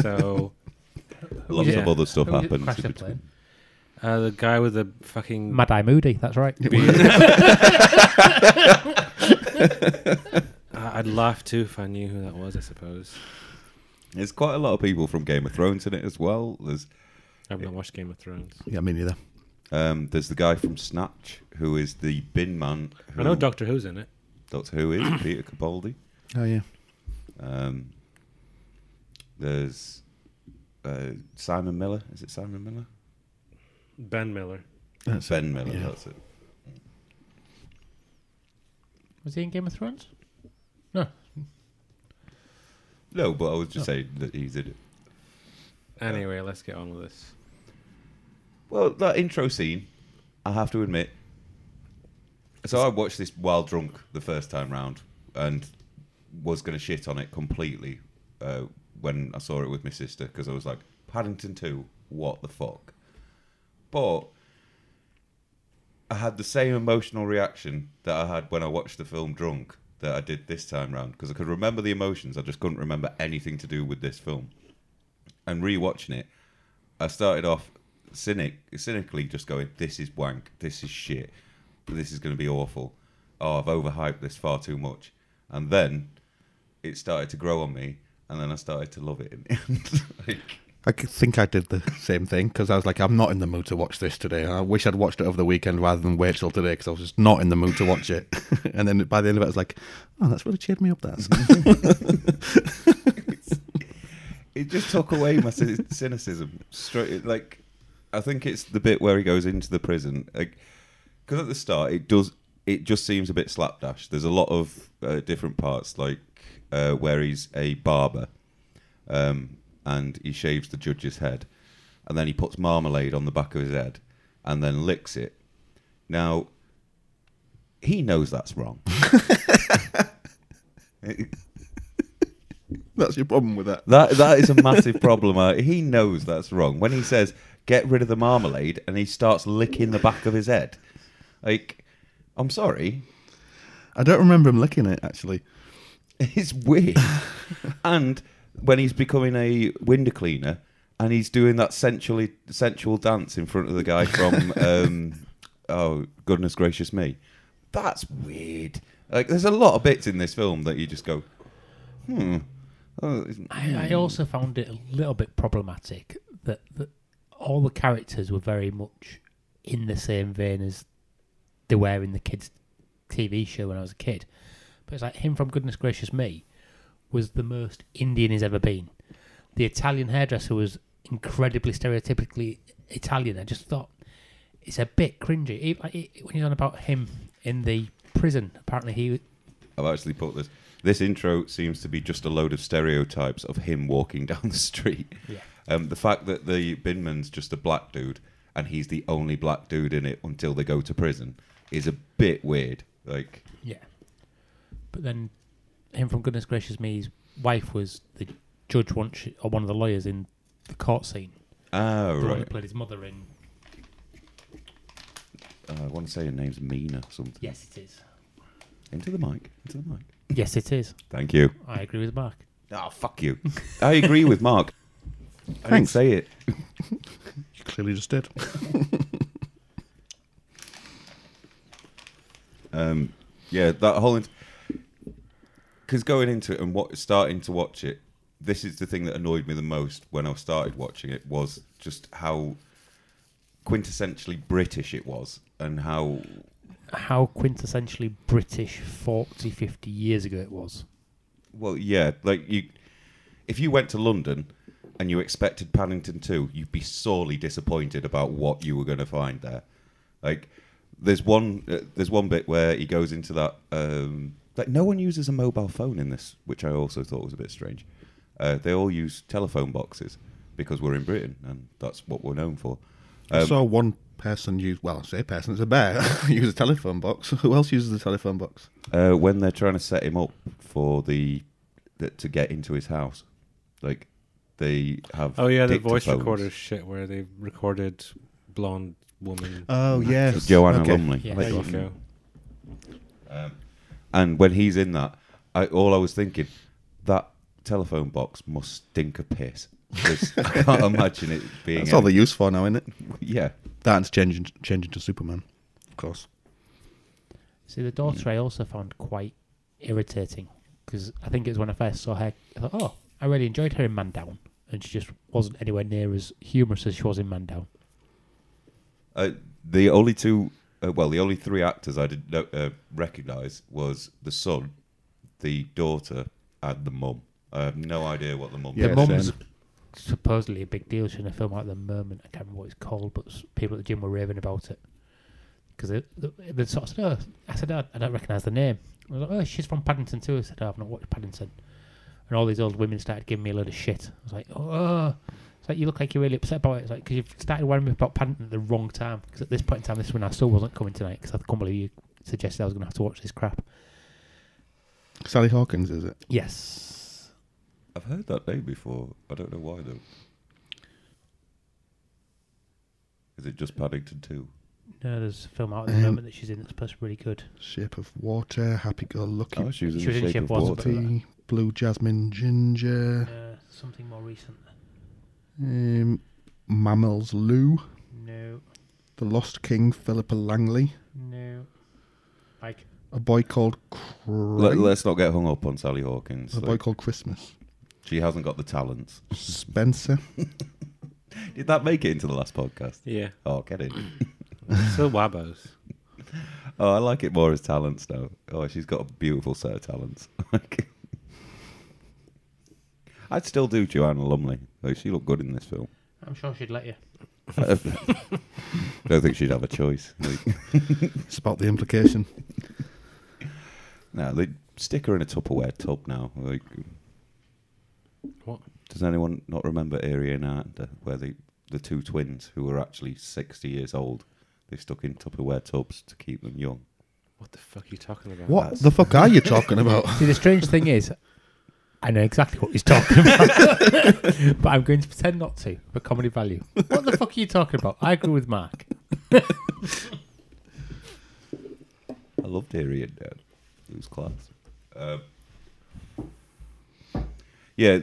Speaker 4: So
Speaker 2: Lots
Speaker 4: Yeah.
Speaker 2: of other stuff
Speaker 3: Who was it
Speaker 2: happens.
Speaker 3: crashed
Speaker 2: in
Speaker 3: the
Speaker 2: between.
Speaker 3: plane?
Speaker 4: uh, the guy with the fucking
Speaker 3: Mad Eye Moody. That's right.
Speaker 4: I- I'd laugh too if I knew who that was. I suppose
Speaker 2: There's quite a lot of people from Game of Thrones in it as well. There's
Speaker 4: I've not watched Game of Thrones.
Speaker 1: yeah, me neither.
Speaker 2: um, there's the guy from Snatch who is the bin man. Who
Speaker 1: Hmm.
Speaker 4: I know Doctor Who's in it.
Speaker 2: Doctor Who is Peter Capaldi.
Speaker 1: Oh yeah.
Speaker 2: Um, there's uh, Simon Miller. Is it Simon Miller?
Speaker 4: Ben Miller.
Speaker 1: That's
Speaker 2: ben Miller.
Speaker 1: yeah.
Speaker 2: That's it.
Speaker 3: Was he in Game of Thrones?
Speaker 2: No, but I was
Speaker 4: Oh.
Speaker 2: just saying that he's in it.
Speaker 4: Anyway, let's get on with this.
Speaker 2: Well, that intro scene, I have to admit. So I watched this while drunk the first time round and was going to shit on it completely uh, when I saw it with my sister because I was like, Paddington 2, what the fuck? But I had the same emotional reaction that I had when I watched the film drunk that I did this time round because I could remember the emotions, I just couldn't remember anything to do with this film. And rewatching it, I started off cynic, cynically, just going, "This is wank. This is shit. This is going to be awful. Oh, I've overhyped this far too much." And then it started to grow on me, and then I started to love it in the end. like,
Speaker 1: I c- think I did the same thing because I was like, I'm not in the mood to watch this today. I wish I'd watched it over the weekend rather than wait till today because I was just not in the mood to watch it. and then by the end of it, I was like, oh, that's really cheered me up. That's
Speaker 2: it just took away my cy- cynicism straight. Like, I think it's the bit where he goes into the prison. Like, because at the start, it does. It just seems a bit slapdash. There's a lot of uh, different parts, like uh, where he's a barber, um, and he shaves the judge's head, and then he puts marmalade on the back of his head, and then licks it. Now, he knows that's wrong.
Speaker 1: that's your problem with that.
Speaker 2: That that is a massive problem. Uh, he knows that's wrong. When he says get rid of the marmalade and he starts licking the back of his head, like I'm sorry,
Speaker 1: I don't remember him licking it actually.
Speaker 2: it's weird. and when he's becoming a window cleaner and he's doing that sensually sensual dance in front of the guy from um, oh goodness gracious me, that's weird. Like there's a lot of bits in this film that you just go, hmm. Oh,
Speaker 3: I, I also found it a little bit problematic that, that all the characters were very much in the same vein as they were in the kids' TV show when I was a kid. But it's like him from Goodness Gracious Me was the most Indian he's ever been. The Italian hairdresser was incredibly stereotypically Italian. I just thought it's a bit cringy. E- like, e- When you're on about him in the prison, apparently he
Speaker 2: I've actually put this. This intro seems to be just a load of stereotypes of him walking down the street.
Speaker 3: Yeah.
Speaker 2: Um, the fact that the binman's just a black dude and he's the only black dude in it until they go to prison is a bit weird. Like,
Speaker 3: Yeah. But then him from Goodness Gracious Me's wife was the judge once she- or one of the lawyers in the court scene.
Speaker 2: ah,
Speaker 3: The one who
Speaker 2: right.
Speaker 3: played his mother in
Speaker 2: Uh, I want to say her name's Mina or something.
Speaker 3: Yes it is.
Speaker 2: Into the mic. Into the mic.
Speaker 3: Yes it is.
Speaker 2: Thank you.
Speaker 3: I agree with Mark.
Speaker 2: Oh, fuck you. I agree with Mark. I didn't
Speaker 1: Thanks.
Speaker 2: say it.
Speaker 1: You clearly just did.
Speaker 2: Um, yeah, that whole because going into it and what starting to watch it, this is the thing that annoyed me the most when I started watching it was just how quintessentially British it was and how
Speaker 3: How quintessentially British 40, 50 years ago it was.
Speaker 2: well, yeah, like you, if you went to London and you expected Paddington Two, you'd be sorely disappointed about what you were going to find there. Like, there's one, uh, there's one bit where he goes into that. Um, like, no one uses a mobile phone in this, which I also thought was a bit strange. Uh, they all use telephone boxes because we're in Britain and that's what we're known for.
Speaker 1: I saw one person use. Well, I say person. It's a bear. use a telephone box. Who else uses a telephone box?
Speaker 2: Uh, when they're trying to set him up for the, the to get into his house, like they have.
Speaker 4: Oh yeah, the voice
Speaker 2: dictaphones.
Speaker 4: recorder shit where they recorded blonde woman.
Speaker 1: Oh yes,
Speaker 2: Joanna
Speaker 1: Okay.
Speaker 2: Lumley.
Speaker 3: Yeah.
Speaker 4: there you
Speaker 3: Right.
Speaker 4: go.
Speaker 2: Um, and when he's in that, I, all I was thinking, that telephone box must stink of piss. 'Cause I can't imagine it being.
Speaker 1: That's all they're
Speaker 2: any-
Speaker 1: used for now, isn't it?
Speaker 2: yeah.
Speaker 1: That's changing changing to Superman, of course.
Speaker 3: See, the daughter I also found quite irritating because I think it was when I first saw her. I thought, oh, I really enjoyed her in Man Down, and she just wasn't anywhere near as humorous as she was in Man Down.
Speaker 2: Uh, the only two, uh, well, the only three actors I didn't know, uh, recognize was the son, the daughter, and the mum. I have no idea what the mum.
Speaker 1: Yeah,
Speaker 3: the
Speaker 2: is.
Speaker 3: mum's
Speaker 1: same.
Speaker 3: supposedly a big deal. She's in a film out at the moment. I can't remember what it's called, but s- people at the gym were raving about it because they, they, they sort of said, "Oh," I said, "Oh, I don't recognise the name." I was like, "Oh, she's from Paddington too." I said, oh, "I've not watched Paddington," and all these old women started giving me a load of shit. I was like, "Oh." It's like you look like you're really upset about it. It's like because you've started worrying me about Paddington at the wrong time. Because at this point in time, this one I still wasn't coming tonight because I couldn't believe you suggested I was going to have to watch this crap.
Speaker 1: Sally Hawkins is it?
Speaker 3: Yes,
Speaker 2: I've heard that name before. I don't know why though. Is it just Paddington Two?
Speaker 3: no, there's a film out at the
Speaker 1: Um,
Speaker 3: moment that she's in that's supposed to be really good.
Speaker 1: Shape of Water, Happy Go Lucky,
Speaker 2: Oh, she
Speaker 3: was in She was in Shape Shape
Speaker 1: Oh,
Speaker 3: of of Water. Water.
Speaker 1: Tea, Blue Jasmine Ginger,
Speaker 3: Uh, something more recent.
Speaker 1: um, Mammals Lou,
Speaker 3: No,
Speaker 1: The Lost King, Philippa Langley,
Speaker 3: no. Like,
Speaker 1: A Boy Called Christ,
Speaker 2: Let, us not get hung up on Sally Hawkins.
Speaker 1: A
Speaker 2: Like,
Speaker 1: Boy Called Christmas,
Speaker 2: she hasn't got the talents.
Speaker 1: Spencer,
Speaker 2: Did that make it into the last podcast?
Speaker 4: Yeah.
Speaker 2: Oh, get it.
Speaker 4: So Wabos.
Speaker 2: Oh, I like it more as talents now. Oh, she's got a beautiful set of talents. Like- I'd still do Joanna Lumley. Like, she looked good in this film.
Speaker 3: I'm sure she'd let you.
Speaker 2: I don't don't think she'd have a choice. Like,
Speaker 1: it's about the implication.
Speaker 2: no, they stick her in a Tupperware tub now. Like,
Speaker 4: What?
Speaker 2: Does anyone not remember Eerie and Art, where the the two twins who were actually sixty years old, they stuck in Tupperware tubs to keep them young.
Speaker 4: What the fuck are you talking about?
Speaker 1: What the fuck are you talking about?
Speaker 3: See, the strange thing is, I know exactly what he's talking about, but I'm going to pretend not to for comedy value. What the fuck are you talking about? I agree with Mark.
Speaker 2: I loved Eerie and Art. It was class. Um, yeah.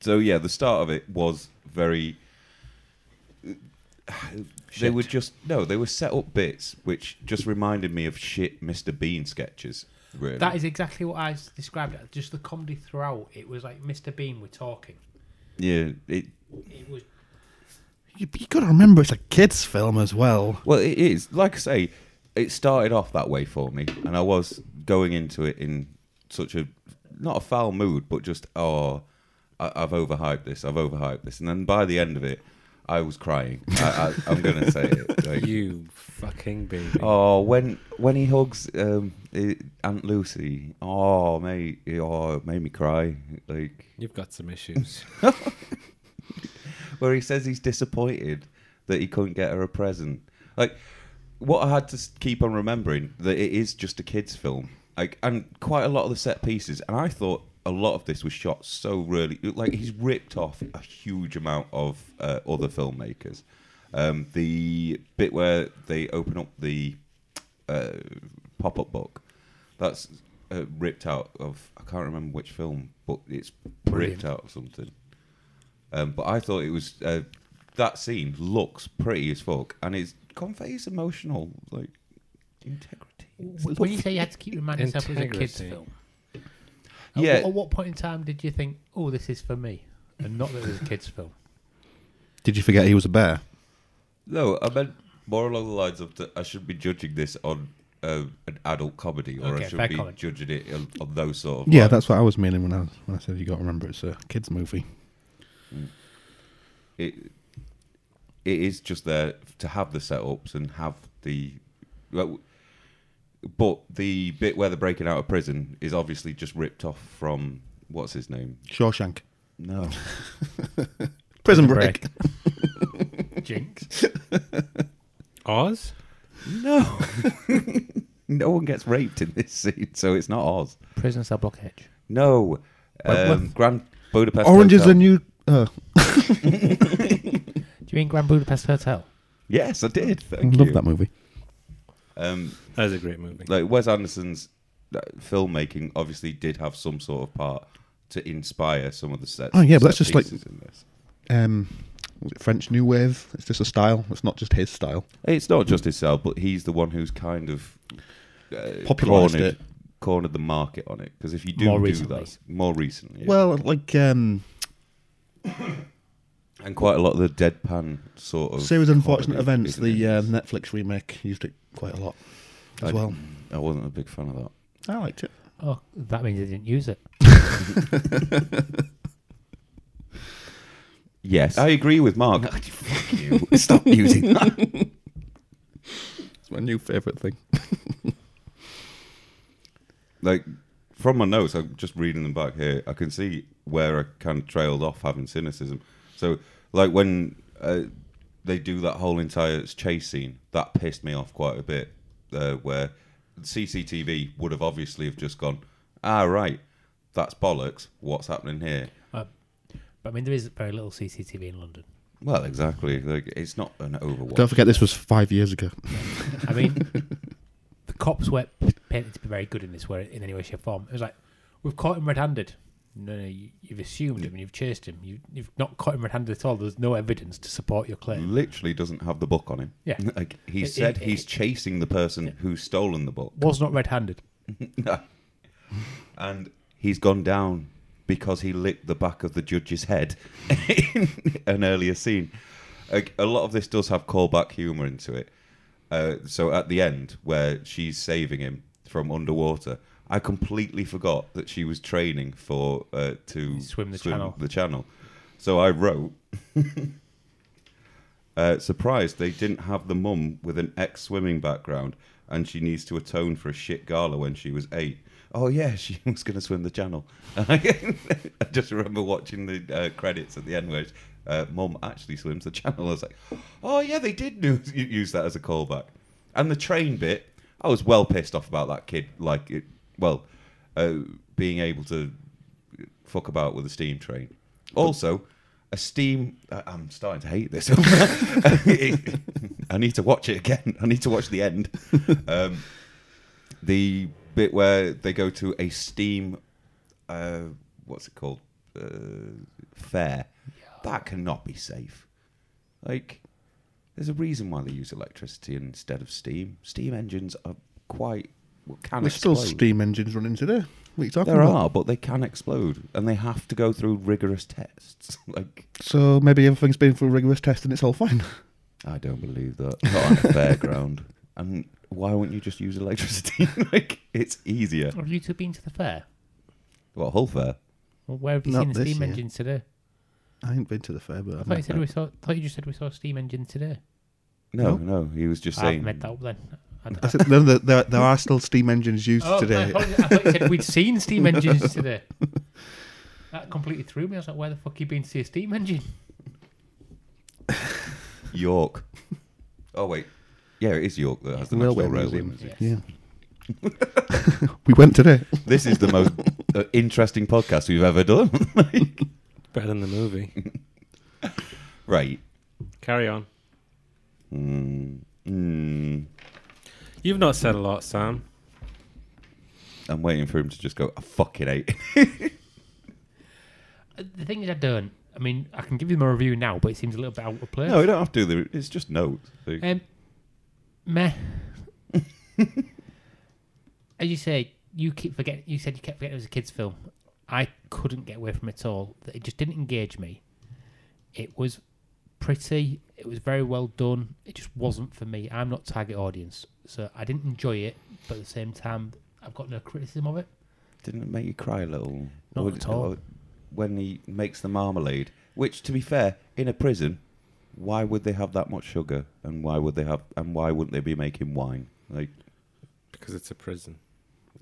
Speaker 2: So yeah, the start of it was very. They
Speaker 3: Shit.
Speaker 2: were just no, they were set up bits which just reminded me of shit Mr. Bean sketches. Really.
Speaker 3: That is exactly what I s- described. it. Just the comedy throughout. It was like Mr. Bean were talking.
Speaker 2: yeah. It
Speaker 3: It was.
Speaker 1: You, you gotta remember it's a kids' film as well.
Speaker 2: Well, it is. Like I say, it started off that way for me, and I was going into it in such a not a foul mood, but just oh, I, I've overhyped this, I've overhyped this, and then by the end of it, I was crying. I, I, I'm gonna say it. Like,
Speaker 4: You fucking baby.
Speaker 2: Oh, when when he hugs um, i- Aunt Lucy, oh mate, oh it made me cry. Like
Speaker 4: You've got some issues.
Speaker 2: where he says he's disappointed that he couldn't get her a present. Like, what I had to s- keep on remembering that it is just a kids' film. Like, and quite a lot of the set pieces, and I thought a lot of this was shot so really like he's ripped off a huge amount of uh, other filmmakers. Um, the bit where they open up the uh, pop-up book, that's uh, ripped out of I can't remember which film, but it's ripped out of something. Um, but I thought it was uh, that scene looks pretty as fuck, and it conveys emotional like integrity.
Speaker 3: When you say you had to keep reminding yourself it was a kids'
Speaker 4: Integrity.
Speaker 3: film. At
Speaker 2: Yeah.
Speaker 3: wh- At what point in time did you think, "Oh, this is for me," and not that it was a kids' film?
Speaker 1: Did you forget he was a bear?
Speaker 2: No, I meant more along the lines of that I should be judging this on uh, an adult comedy, or
Speaker 3: Okay,
Speaker 2: I
Speaker 3: fair
Speaker 2: should be
Speaker 3: comment.
Speaker 2: judging it on, on those sort of.
Speaker 1: Yeah,
Speaker 2: lines.
Speaker 1: that's what I was meaning when I when I said you got to remember it's a kids movie.
Speaker 2: it. It is just there to have the setups and have the. well, But the bit where they're breaking out of prison is obviously just ripped off from what's his name?
Speaker 1: Shawshank,
Speaker 2: No.
Speaker 1: Prison Break.
Speaker 3: Jinx.
Speaker 4: Oz?
Speaker 2: No. no one gets raped in this scene, so it's not Oz.
Speaker 3: Prison cell block H.
Speaker 2: No. Um,
Speaker 3: Wentworth?
Speaker 2: Grand Budapest.
Speaker 1: Orange is
Speaker 2: Hotel.
Speaker 1: the new. Uh,
Speaker 3: Do you mean Grand Budapest Hotel?
Speaker 2: Yes, I did. Thank
Speaker 1: Love
Speaker 2: you.
Speaker 1: that movie.
Speaker 2: Um,
Speaker 4: That is a great movie.
Speaker 2: like Wes Anderson's uh, filmmaking obviously did have some sort of part to inspire some of the sets.
Speaker 1: Oh, yeah, but that's
Speaker 2: set
Speaker 1: just like-
Speaker 2: pieces in this.
Speaker 1: Um, was it French New Wave? It's just a style. It's not just his style.
Speaker 2: It's not just his cell, but he's the one who's kind of uh,
Speaker 1: Popularised
Speaker 2: cornered,
Speaker 1: it.
Speaker 2: cornered the market on it. Because if you do
Speaker 3: More
Speaker 2: do
Speaker 3: recently.
Speaker 2: that more recently, yeah.
Speaker 1: Well, like um,
Speaker 2: and quite a lot of the deadpan sort of
Speaker 1: series Unfortunate
Speaker 2: comedy,
Speaker 1: Events,
Speaker 2: isn't it?
Speaker 1: the uh, Netflix remake used it quite a lot as
Speaker 2: I-
Speaker 1: well.
Speaker 2: I wasn't a big fan of that.
Speaker 1: I liked it.
Speaker 3: Oh, that means they didn't use it.
Speaker 2: Yes, I agree with Mark. Fuck you. Stop using that.
Speaker 1: It's my new favourite thing.
Speaker 2: like from my notes, I'm just reading them back here. I can see where I kind of trailed off having cynicism. So, like when uh, they do that whole entire chase scene, that pissed me off quite a bit. Uh, where CCTV would have obviously have just gone, ah, right, that's bollocks. What's happening here?
Speaker 3: But I mean, there is very little CCTV in London.
Speaker 2: Well, exactly. Like it's not an overwatch.
Speaker 1: Don't forget, this was five years ago.
Speaker 3: I mean, the cops were painted to be very good in this, way, in any way, shape, or form. It was like, we've caught him red-handed. No, no, you, you've assumed him and you've chased him. You, you've not caught him red-handed at all. There's no evidence to support your claim.
Speaker 2: Literally doesn't have the book on him.
Speaker 3: Yeah.
Speaker 2: like he
Speaker 3: It-
Speaker 2: said,
Speaker 3: it-
Speaker 2: he's
Speaker 3: it-
Speaker 2: chasing the person who's stolen the book.
Speaker 3: Was not red-handed.
Speaker 2: and he's gone down because he licked the back of the judge's head in an earlier scene. A, a lot of this does have callback humour into it. Uh, so at the end, where she's saving him from underwater, I completely forgot that she was training for uh, to
Speaker 3: Swim the channel.
Speaker 2: The channel. So I wrote. Uh, surprised they didn't have the mum with an ex swimming background and she needs to atone for a shit gala when she was eight. Oh, yeah, she was going to swim the channel. I just remember watching the uh, credits at the end where it's, uh, mum actually swims the channel. I was like, oh, yeah, they did nu- use that as a callback. And the train bit, I was well pissed off about that kid. Like, it, well, uh, being able to fuck about with a steam train. Also, a steam. I- I'm starting to hate this. I need to watch it again. I need to watch the end. Um, the bit where they go to a steam. Uh, what's it called? Uh, fair. That cannot be safe. Like, there's a reason why they use electricity instead of steam. Steam engines are quite. well, Can
Speaker 1: There's still
Speaker 2: explode.
Speaker 1: steam engines running today. What are you talking
Speaker 2: There
Speaker 1: about?
Speaker 2: are, but they can explode, and they have to go through rigorous tests. like
Speaker 1: So maybe everything's been through rigorous test and it's all fine.
Speaker 2: I don't believe that. Not on a fairground. And why wouldn't you just use electricity? like it's easier.
Speaker 3: Have you two been to the fair?
Speaker 2: Well, Hull Fair.
Speaker 3: Well, where have you
Speaker 1: Not
Speaker 3: seen a
Speaker 1: this
Speaker 3: steam
Speaker 1: year.
Speaker 3: engine today?
Speaker 1: I ain't been to the fair, but
Speaker 3: I
Speaker 1: I've
Speaker 3: thought you
Speaker 1: met
Speaker 3: said we saw. Thought you just said we saw a steam engine today.
Speaker 2: No, no. He was just
Speaker 3: I've
Speaker 2: saying.
Speaker 3: made that up then. I,
Speaker 1: I said, no, there, there, there are still steam engines used
Speaker 3: Oh, I,
Speaker 1: today.
Speaker 3: thought, I thought you said we'd seen steam engines today. That completely threw me. I was like, where the fuck you been to see a steam engine?
Speaker 2: York. Oh wait. Yeah, it is York that has the
Speaker 1: Railway
Speaker 2: National Railway
Speaker 1: Museum.
Speaker 2: Museum.
Speaker 1: Yeah. we went today.
Speaker 2: This is the most uh, interesting podcast we've ever done.
Speaker 4: Better than the movie.
Speaker 2: right.
Speaker 4: Carry on.
Speaker 2: Mm, mm.
Speaker 4: You've not said a lot, Sam.
Speaker 2: I'm waiting for him to just go. I fucking hate. it."
Speaker 3: Uh, The thing is, I don't. I mean, I can give you them a review now, but it seems a little bit out of place.
Speaker 2: no, we don't have to. do the- It's just notes. Like,
Speaker 3: Um, meh. As you say, you keep forgetting. You said you kept forgetting it was a kids' film. I couldn't get away from it at all. It just didn't engage me. It was pretty. It was very well done. It just wasn't for me. I'm not target audience, so I didn't enjoy it. But at the same time, I've got no criticism of it.
Speaker 2: Didn't it make you cry a little?
Speaker 3: Not at all.
Speaker 2: When he makes the marmalade, which, to be fair, in a prison, why would they have that much sugar, and why would they have, and why wouldn't they be making wine? Like,
Speaker 4: Because it's a prison.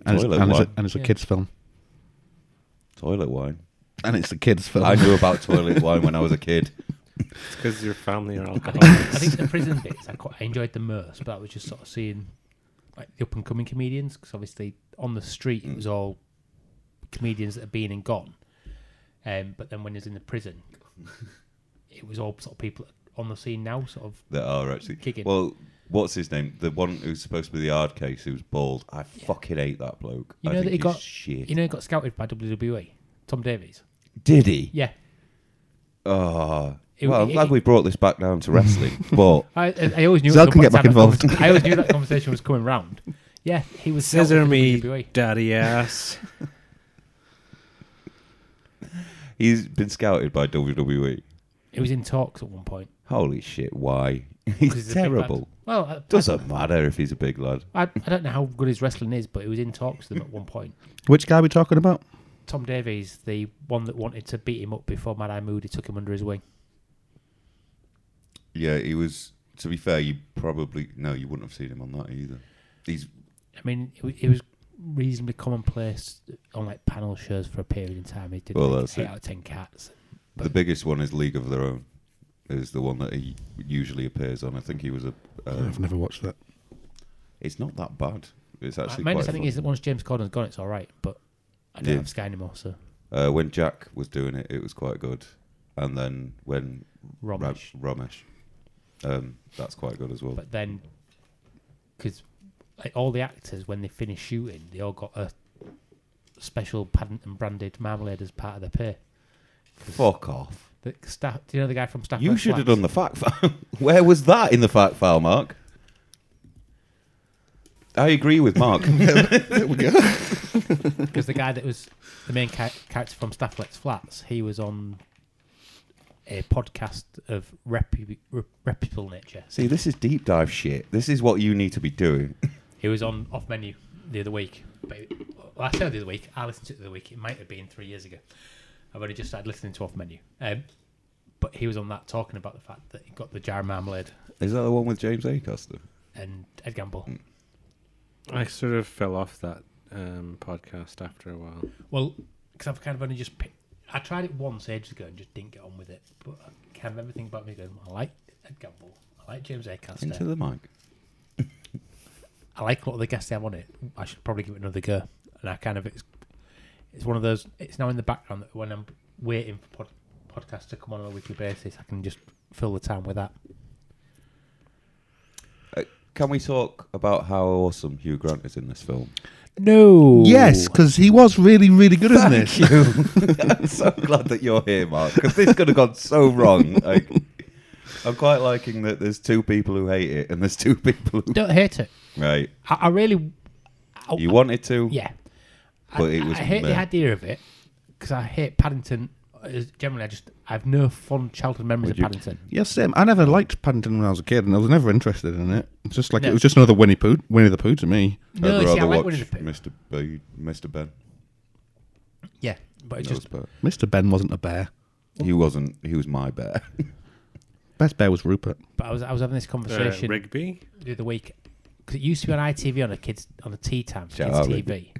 Speaker 1: And it's,
Speaker 2: toilet
Speaker 1: and it's a,
Speaker 2: wine.
Speaker 1: and it's a
Speaker 3: Yeah.
Speaker 1: kids' film.
Speaker 2: Toilet wine.
Speaker 1: And it's a kids' film.
Speaker 2: I knew about toilet wine when I was a kid.
Speaker 4: It's because your family are
Speaker 3: I think,
Speaker 4: alcoholics.
Speaker 3: I think the prison bits I quite I enjoyed the most, but that was just sort of seeing like the up and coming comedians because obviously on the street
Speaker 2: Mm.
Speaker 3: it was all comedians that are been and gone. Um, but then when he was in the prison, it was all sort of people that on the scene now, sort of
Speaker 2: that are actually
Speaker 3: Kicking.
Speaker 2: Well, what's his name? The one who's supposed to be the hard case, who's bald. I fucking hate that bloke.
Speaker 3: You
Speaker 2: I
Speaker 3: know
Speaker 2: think
Speaker 3: that he
Speaker 2: he's
Speaker 3: got-
Speaker 2: shit.
Speaker 3: You know, he got scouted by WWE. Tom Davies.
Speaker 2: Did he?
Speaker 3: Yeah.
Speaker 2: Oh.
Speaker 3: It-
Speaker 2: well, I'm
Speaker 3: it-
Speaker 2: glad we brought this back down to wrestling, but
Speaker 3: I, I, I always knew.
Speaker 1: Zal
Speaker 3: at
Speaker 1: can
Speaker 3: some point
Speaker 1: get back
Speaker 3: in time that
Speaker 1: involved.
Speaker 3: convers- I always knew that conversation was coming round. Yeah, he was scouted
Speaker 4: Scissor
Speaker 3: for
Speaker 4: me,
Speaker 3: WWE.
Speaker 4: daddy ass.
Speaker 2: he's been scouted by E. WWE.
Speaker 3: He was in talks at one point.
Speaker 2: Holy shit! Why? He's,
Speaker 3: 'cause a big lad.
Speaker 2: terrible.
Speaker 3: Well, uh, I,
Speaker 2: Doesn't matter if he's a big lad.
Speaker 3: I, I don't know how good his wrestling is, but he was in talks with them at one point.
Speaker 1: Which guy are we talking about?
Speaker 3: Tom Davies, the one that wanted to beat him up before Mad Eye Moody took him under his wing.
Speaker 2: Yeah, he was. To be fair, you probably no, you wouldn't have seen him on that either. He's
Speaker 3: I mean, it, wa- it was reasonably commonplace on like panel shows for a period in time. He did
Speaker 2: Well,
Speaker 3: like
Speaker 2: that's
Speaker 3: eight
Speaker 2: it.
Speaker 3: out of ten cats.
Speaker 2: the biggest one is League of Their Own. Is the one that he usually appears on. I think he was a. Uh,
Speaker 1: I've never watched that.
Speaker 2: it's not that bad. It's
Speaker 3: I-
Speaker 2: actually
Speaker 3: My
Speaker 2: quite.
Speaker 3: understanding
Speaker 2: Fun.
Speaker 3: is that once James Corden's gone, it's all right. But I don't
Speaker 2: Yeah.
Speaker 3: have Sky anymore, so
Speaker 2: Uh, when Jack was doing it, it was quite good, and then when Ra-
Speaker 3: Romish.
Speaker 2: Ramesh, um, that's quite good as well.
Speaker 3: But then, because like, all the actors, when they finish shooting, they all got a special patent and branded marmalade as part of their pay.
Speaker 2: Fuck off!
Speaker 3: The staff, do you know the guy from Staff?
Speaker 2: You should have done the fact file. Where was that in the fact file, Mark? I agree with Mark.
Speaker 1: There we go.
Speaker 3: because the guy that was the main cha- character from Stafflet's Flats, he was on a podcast of repu- re- reputable nature.
Speaker 2: See, this is deep dive shit. This is what you need to be doing.
Speaker 3: He was on off menu the other week. But well, I said the other week. I listened to it the other week. It might have been three years ago. I've only just started listening to off menu. Um, but he was on that talking about the fact that he got the jar of marmalade
Speaker 2: Is that the one with James Acaster?
Speaker 3: and Ed Gamble.
Speaker 4: I sort of fell off that um, podcast after a while.
Speaker 3: Well, because I've kind of only just picked. I tried it once ages ago and just didn't get on with it. But I kind of everything about me going, I like Ed Gamble. I like James Acaster.
Speaker 2: Into the mic.
Speaker 3: I like a lot of the guests they have on it. I should probably give it another go. And I kind of it's it's one of those. It's now in the background that when I'm waiting for pod, podcasts to come on on a weekly basis, I can just fill the time with that.
Speaker 2: Uh, can we talk about how awesome Hugh Grant is in this film?
Speaker 3: No.
Speaker 1: Yes, because he was really, really good in this.
Speaker 2: I'm so glad that you're here, Mark, because this could have gone so wrong. Like, I'm quite liking that there's two people who hate it and there's two people who.
Speaker 3: Don't hate it.
Speaker 2: Right.
Speaker 3: I, I really. I,
Speaker 2: You wanted to?
Speaker 3: yeah.
Speaker 2: But
Speaker 3: I,
Speaker 2: it was
Speaker 3: I hate
Speaker 2: meh.
Speaker 3: the idea of it because I hate Paddington. Uh, Generally, I just I have no fond childhood memories
Speaker 2: Would
Speaker 3: of
Speaker 2: you-
Speaker 3: Paddington.
Speaker 1: Yes, same. I never liked Paddington when I was a kid, and I was never interested in it. It's just like
Speaker 3: No.
Speaker 1: it was just another Winnie Pooh, Winnie the Pooh to me.
Speaker 3: No,
Speaker 2: I'd
Speaker 3: see, I
Speaker 2: rather
Speaker 3: like
Speaker 2: watch
Speaker 3: Winnie the Pooh.
Speaker 2: Mr. B, Mr. Ben.
Speaker 3: Yeah, but it's
Speaker 2: That
Speaker 3: just
Speaker 2: was
Speaker 1: Mister Ben wasn't a bear.
Speaker 2: bad. He wasn't. He was my bear.
Speaker 1: Best bear was Rupert.
Speaker 3: but I was I was having this
Speaker 4: Uh,
Speaker 3: conversation.
Speaker 4: Rigby?
Speaker 3: the other week because it used to be on ITV on a kids on a tea time for
Speaker 2: Shout
Speaker 3: kids
Speaker 2: out,
Speaker 3: TV.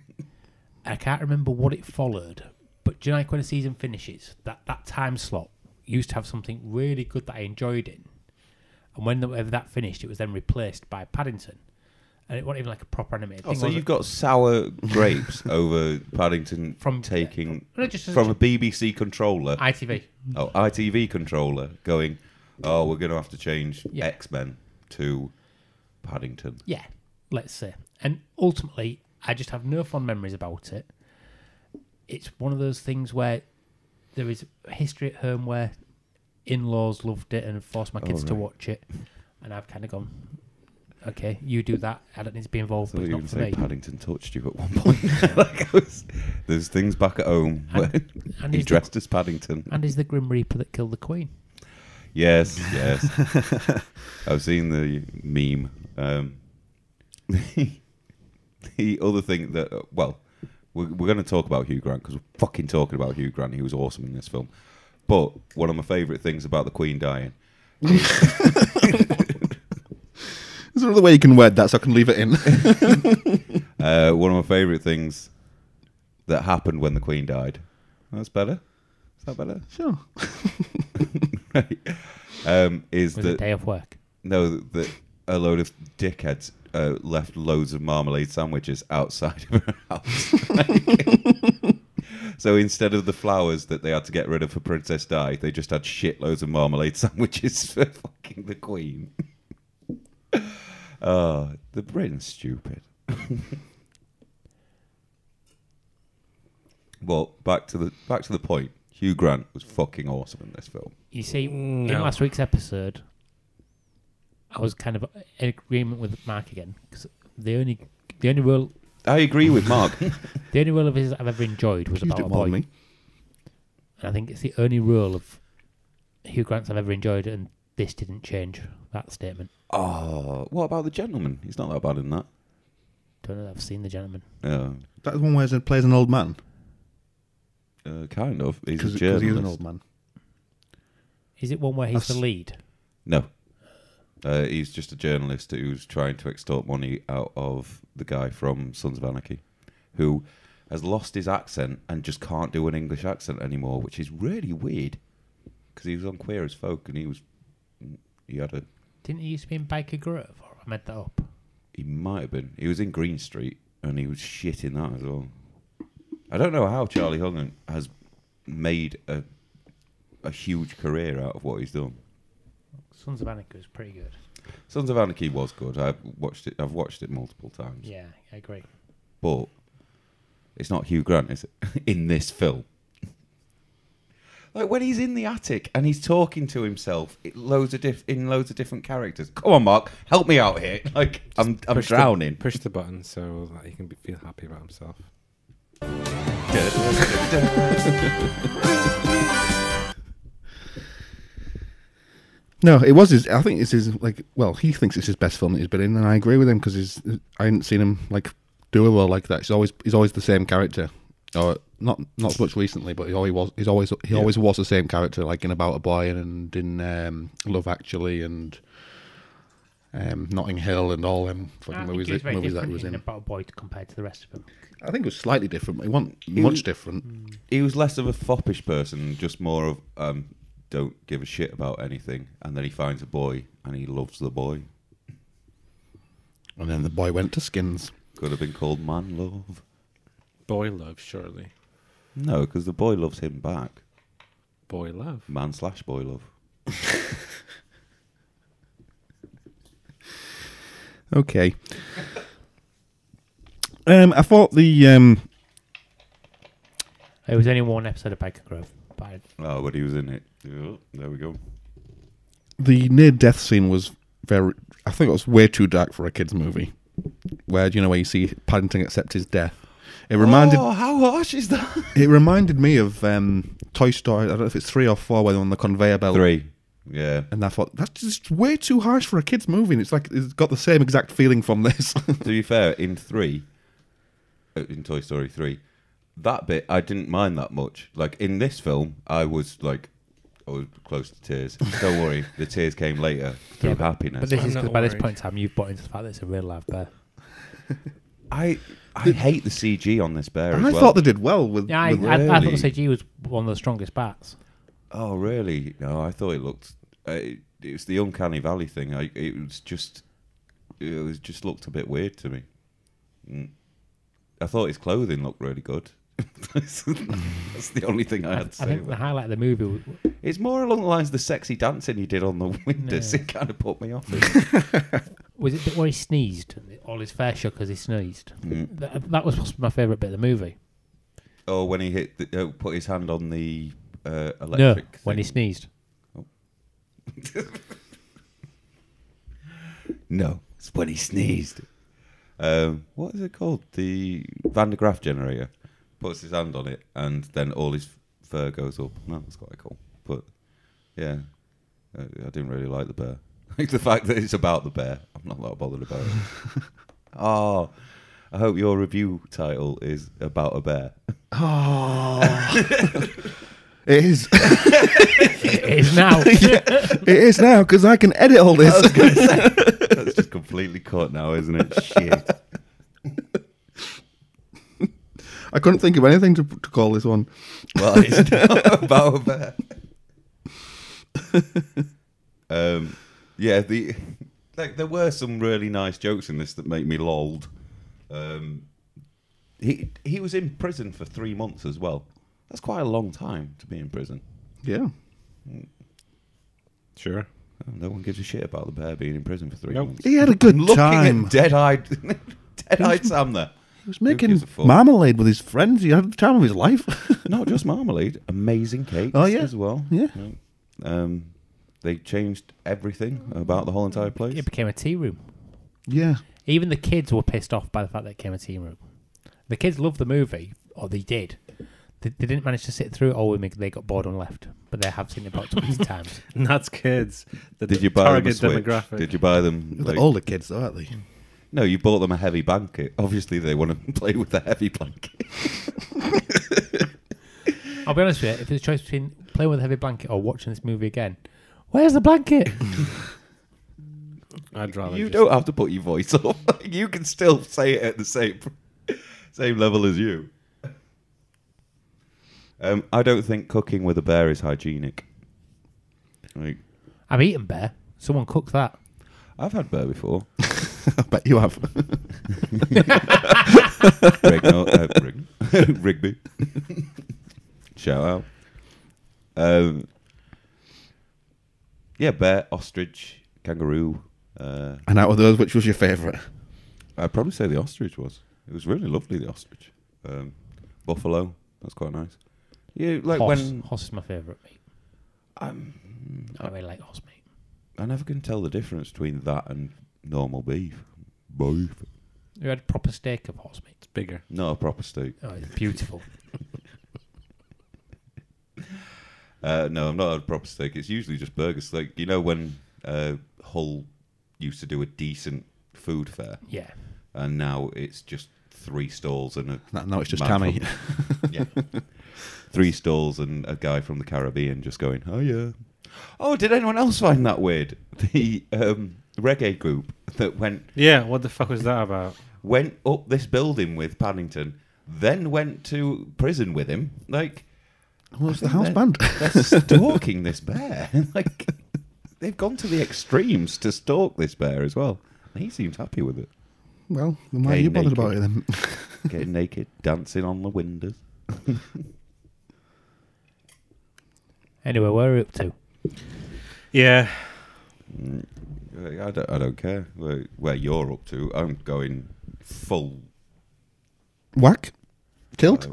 Speaker 3: I can't remember what it followed, but do you know like when a season finishes, that that time slot used to have something really good that I enjoyed in, and when the, whenever that finished, it was then replaced by Paddington, and it wasn't even like a proper animated.
Speaker 2: Oh,
Speaker 3: thing,
Speaker 2: so
Speaker 3: was
Speaker 2: you've
Speaker 3: it?
Speaker 2: got sour grapes over Paddington from
Speaker 3: From-
Speaker 2: taking
Speaker 3: No, just-
Speaker 2: from a BBC controller,
Speaker 3: ITV.
Speaker 2: oh ITV controller, going. Oh, we're going to have to change
Speaker 3: Yeah.
Speaker 2: X Men to Paddington.
Speaker 3: Yeah, let's say. And ultimately, I just have no fond memories about it. It's one of those things where there is history at home where in laws loved it and forced my kids to
Speaker 2: right.
Speaker 3: watch it. And I've kind of gone, okay, you do that. I don't need to be involved,
Speaker 2: I thought
Speaker 3: but
Speaker 2: you
Speaker 3: it's
Speaker 2: were going to
Speaker 3: not for
Speaker 2: say
Speaker 3: me.
Speaker 2: Paddington touched you at one point. Like, I was- there's things back at home where
Speaker 3: and
Speaker 2: he
Speaker 3: he's the-
Speaker 2: dressed as Paddington.
Speaker 3: And he's the Grim Reaper that killed the Queen.
Speaker 2: Yes, yes. I've seen the meme. Um, the other thing that, uh, well, we're, we're going to talk about Hugh Grant because we're fucking talking about Hugh Grant. He was awesome in this film. But one of my favourite things about the Queen dying,
Speaker 1: Is there another way you can word that so I can leave it in?
Speaker 2: uh, one of my favourite things that happened when the Queen died. That's better. Is that better?
Speaker 1: sure.
Speaker 2: right. Um, is
Speaker 3: It was a
Speaker 2: that
Speaker 3: day off work.
Speaker 2: no that a load of dickheads uh, left loads of marmalade sandwiches outside of her house. So instead of the flowers that they had to get rid of for Princess Di, they just had shitloads of marmalade sandwiches for fucking the Queen. Oh, the Britain's stupid. well, back to the back to the point. Hugh Grant was fucking awesome in this film.
Speaker 3: You see, in
Speaker 4: No.
Speaker 3: last week's episode, I was kind of in agreement with Mark again because the only the only role
Speaker 2: I agree with Mark.
Speaker 3: the only role of his I've ever enjoyed was
Speaker 1: You
Speaker 3: about
Speaker 1: did
Speaker 3: a
Speaker 1: more
Speaker 3: boy,
Speaker 1: than me.
Speaker 3: and I think it's the only role of Hugh Grant's I've ever enjoyed, and this didn't change that statement.
Speaker 2: oh, what about the gentleman? He's not that bad in that.
Speaker 3: Don't know. That I've seen the gentleman.
Speaker 2: Uh,
Speaker 1: That's the one where he plays an old man
Speaker 2: uh, kind of. He's a
Speaker 1: because
Speaker 2: journalist.
Speaker 1: he is an old man.
Speaker 3: Is it one where he's
Speaker 1: I've
Speaker 3: the
Speaker 1: s-
Speaker 3: lead?
Speaker 2: No. Uh, he's just a journalist who's trying to extort money out of the guy from Sons of Anarchy, who has lost his accent and just can't do an English accent anymore, which is really weird. Because he was on Queer as Folk and he was. He had a.
Speaker 3: Didn't he used to be in Baker Grove? Or I made that up.
Speaker 2: He might have been. He was in Green Street and he was shit in that as well. I don't know how Charlie Hunnam has made a a huge career out of what he's done.
Speaker 3: Sons of Anarchy was pretty good.
Speaker 2: Sons of Anarchy was good. I've watched it. I've watched it multiple times.
Speaker 3: Yeah, I agree.
Speaker 2: but it's not Hugh Grant, is it? in this film. Like when he's in the attic and he's talking to himself, it loads of diff- in loads of different characters. Come on, Mark, help me out here. Like I'm, I'm
Speaker 4: Push the-
Speaker 2: drowning.
Speaker 4: push the button so that he can be, feel happy about himself.
Speaker 1: No, it was his. I think it's his. Like, well, he thinks it's his best film that he's been in, and I agree with him because I hadn't seen him like do a role like that. He's always he's always the same character, or not not so much recently, but he always was. He's always he always was the same character, like in About a Boy and in um, Love Actually and um, Notting Hill and all them fucking
Speaker 3: I think
Speaker 1: movies,
Speaker 3: he was
Speaker 1: that,
Speaker 3: Ah, very
Speaker 1: movies that
Speaker 3: different
Speaker 1: he was
Speaker 3: in
Speaker 1: in.
Speaker 3: About a Boy compared to the rest of them.
Speaker 1: I think it was slightly different. But it wasn't much different.
Speaker 2: He was less of a foppish person, just more of um, don't give a shit about anything. And then he finds a boy and he loves the boy.
Speaker 1: And then the boy went to Skins.
Speaker 2: Could have been called man love.
Speaker 4: Boy love, surely.
Speaker 2: No, because the boy loves him back.
Speaker 4: Boy love.
Speaker 2: Man slash boy love.
Speaker 1: Okay. Um, I thought the um,
Speaker 3: It was only one episode of Baker Grove, but I-
Speaker 2: Oh, but he was in it. Yeah, There we go.
Speaker 1: the near death scene was very. I think it was way too dark for a kids movie. Where you know where you see Paddington accept his death. It reminded
Speaker 2: Oh, how harsh is that?
Speaker 1: it reminded me of um, Toy Story. I don't know if it's three or four where they're on the conveyor belt.
Speaker 2: Three. Yeah.
Speaker 1: And I thought that's just way too harsh for a kids movie. And it's like it's got the same exact feeling from this.
Speaker 2: to be fair, in three, uh, in Toy Story three, that bit I didn't mind that much. Like in this film, I was like, I was close to tears. Don't worry, the tears came later through
Speaker 3: Yeah, but-
Speaker 2: happiness.
Speaker 3: but this
Speaker 4: I'm
Speaker 3: is
Speaker 4: not
Speaker 3: 'cause by this
Speaker 4: worried.
Speaker 3: point in time you've bought into the fact that it's a real life bear.
Speaker 2: I I hate the CG on this bear.
Speaker 1: and I
Speaker 2: as well.
Speaker 1: thought they did well with.
Speaker 3: Yeah, I,
Speaker 1: with
Speaker 3: I, I thought
Speaker 2: Really?
Speaker 3: the CG was one of the strongest bats.
Speaker 2: Oh, really? No, I thought it looked. Uh, it, it was the uncanny valley thing. I, it was just. It was just looked a bit weird to me. Mm. I thought his clothing looked really good. That's the only thing I
Speaker 3: I, I
Speaker 2: had to say.
Speaker 3: think the
Speaker 2: about it.
Speaker 3: highlight of the movie. Was,
Speaker 2: It's more along the lines of the sexy dancing you did on the windows.
Speaker 3: Yeah.
Speaker 2: It kind of put me off.
Speaker 3: was it the- where he sneezed? All his fair shook as he sneezed.
Speaker 2: Mm.
Speaker 3: That, that was possibly my favourite bit of the movie.
Speaker 2: or Oh, when he hit, the, uh, put his hand on the uh, electric.
Speaker 3: no, when he
Speaker 2: thing.
Speaker 3: sneezed.
Speaker 2: No, it's when he sneezed. Um, what is it called? The Van de Graaff generator. Puts his hand on it, and then all his fur goes up. That was quite cool. But yeah, Uh, I, I didn't really like the bear. Like the fact that it's about the bear, I'm not that bothered about it. oh, I hope your review title is about a bear.
Speaker 1: Oh. it is.
Speaker 3: it is now.
Speaker 1: It is now because I can edit all this.
Speaker 2: That's just completely cut now, isn't it? Shit.
Speaker 1: I couldn't think of anything to, to call this one.
Speaker 2: Well, it's not about a bear. um, yeah, the like there were some really nice jokes in this that make me lolled. Um, he he was in prison for three months as well. That's quite a long time to be in prison.
Speaker 1: Yeah.
Speaker 4: Sure.
Speaker 2: Oh, no one gives a shit about the bear being in prison for three
Speaker 4: Nope.
Speaker 2: months.
Speaker 1: He had a good
Speaker 2: Looking
Speaker 1: time.
Speaker 2: at dead-eyed, dead-eyed Sam there.
Speaker 1: He was
Speaker 2: gives
Speaker 1: making
Speaker 2: a fuck?
Speaker 1: marmalade with his friends. He had the time of his life.
Speaker 2: Not just marmalade, amazing cakes
Speaker 1: Oh, yeah.
Speaker 2: as well.
Speaker 1: Yeah.
Speaker 2: Um, they changed everything about the whole entire place.
Speaker 3: It became a tea room.
Speaker 1: yeah.
Speaker 3: Even the kids were pissed off by the fact that it became a tea room. The kids loved the movie, or they did. They, they didn't manage to sit through it all with me. They got bored and left. But they have seen it about 20 times.
Speaker 4: And that's kids. The
Speaker 2: Did you buy
Speaker 4: target
Speaker 2: them a Switch?
Speaker 4: demographic?
Speaker 2: Did you buy them?
Speaker 1: They're
Speaker 2: like-
Speaker 1: older kids, though, aren't they?
Speaker 2: no, you bought them a heavy blanket. Obviously, they want to play with the heavy blanket.
Speaker 3: I'll be honest with you, if there's a choice between playing with a heavy blanket or watching this movie again, where's the blanket?
Speaker 4: I'd rather
Speaker 2: you
Speaker 4: Oh, just-
Speaker 2: don't have to put your voice up. you can still say it at the same same level as you. Um, I don't think cooking with a bear is hygienic. Like,
Speaker 3: I've eaten bear. Someone cooked that.
Speaker 2: I've had bear before.
Speaker 1: I bet you have.
Speaker 2: Rigno, uh, Rig- Rigby. Shout out. Um, yeah, bear, ostrich, kangaroo. Uh,
Speaker 1: and out of those, which was your favourite?
Speaker 2: I'd probably say the ostrich was. It was really lovely, the ostrich. Um, buffalo, that's quite nice. You like
Speaker 3: Hoss.
Speaker 2: when
Speaker 3: Hoss is my favourite meat. I really like hoss meat.
Speaker 2: I never can tell the difference between that and normal beef. Beef.
Speaker 3: You had a proper steak of hoss meat.
Speaker 4: It's bigger.
Speaker 2: Not a proper steak.
Speaker 3: Oh, it's beautiful.
Speaker 2: Uh, no, I'm not a proper steak. It's usually just burgers. Like you know when uh, Hull used to do a decent food fair,
Speaker 3: yeah.
Speaker 2: and now it's just three stalls and a
Speaker 1: No, no, it's just
Speaker 2: man
Speaker 1: Tammy.
Speaker 2: from- yeah, three stalls and a guy from the Caribbean just going, "Oh yeah." Oh, did anyone else find that weird? The um, reggae group that went
Speaker 4: Yeah, what the fuck was that about?
Speaker 2: went up this building with Paddington, then went to prison with him. Like
Speaker 1: What was the
Speaker 2: think
Speaker 1: house
Speaker 2: that-
Speaker 1: band?
Speaker 2: they're stalking this bear. like they've gone to the extremes to stalk this bear as well. And he seems happy with it.
Speaker 1: well, then why are
Speaker 2: Gay
Speaker 1: you bothered
Speaker 2: naked.
Speaker 1: about it then?
Speaker 2: Getting naked, dancing on the windows.
Speaker 3: Anyway, where are we up to?
Speaker 4: Yeah.
Speaker 2: Like, I don't, I don't care where, where you're up to. I'm going full.
Speaker 1: Whack. Killed.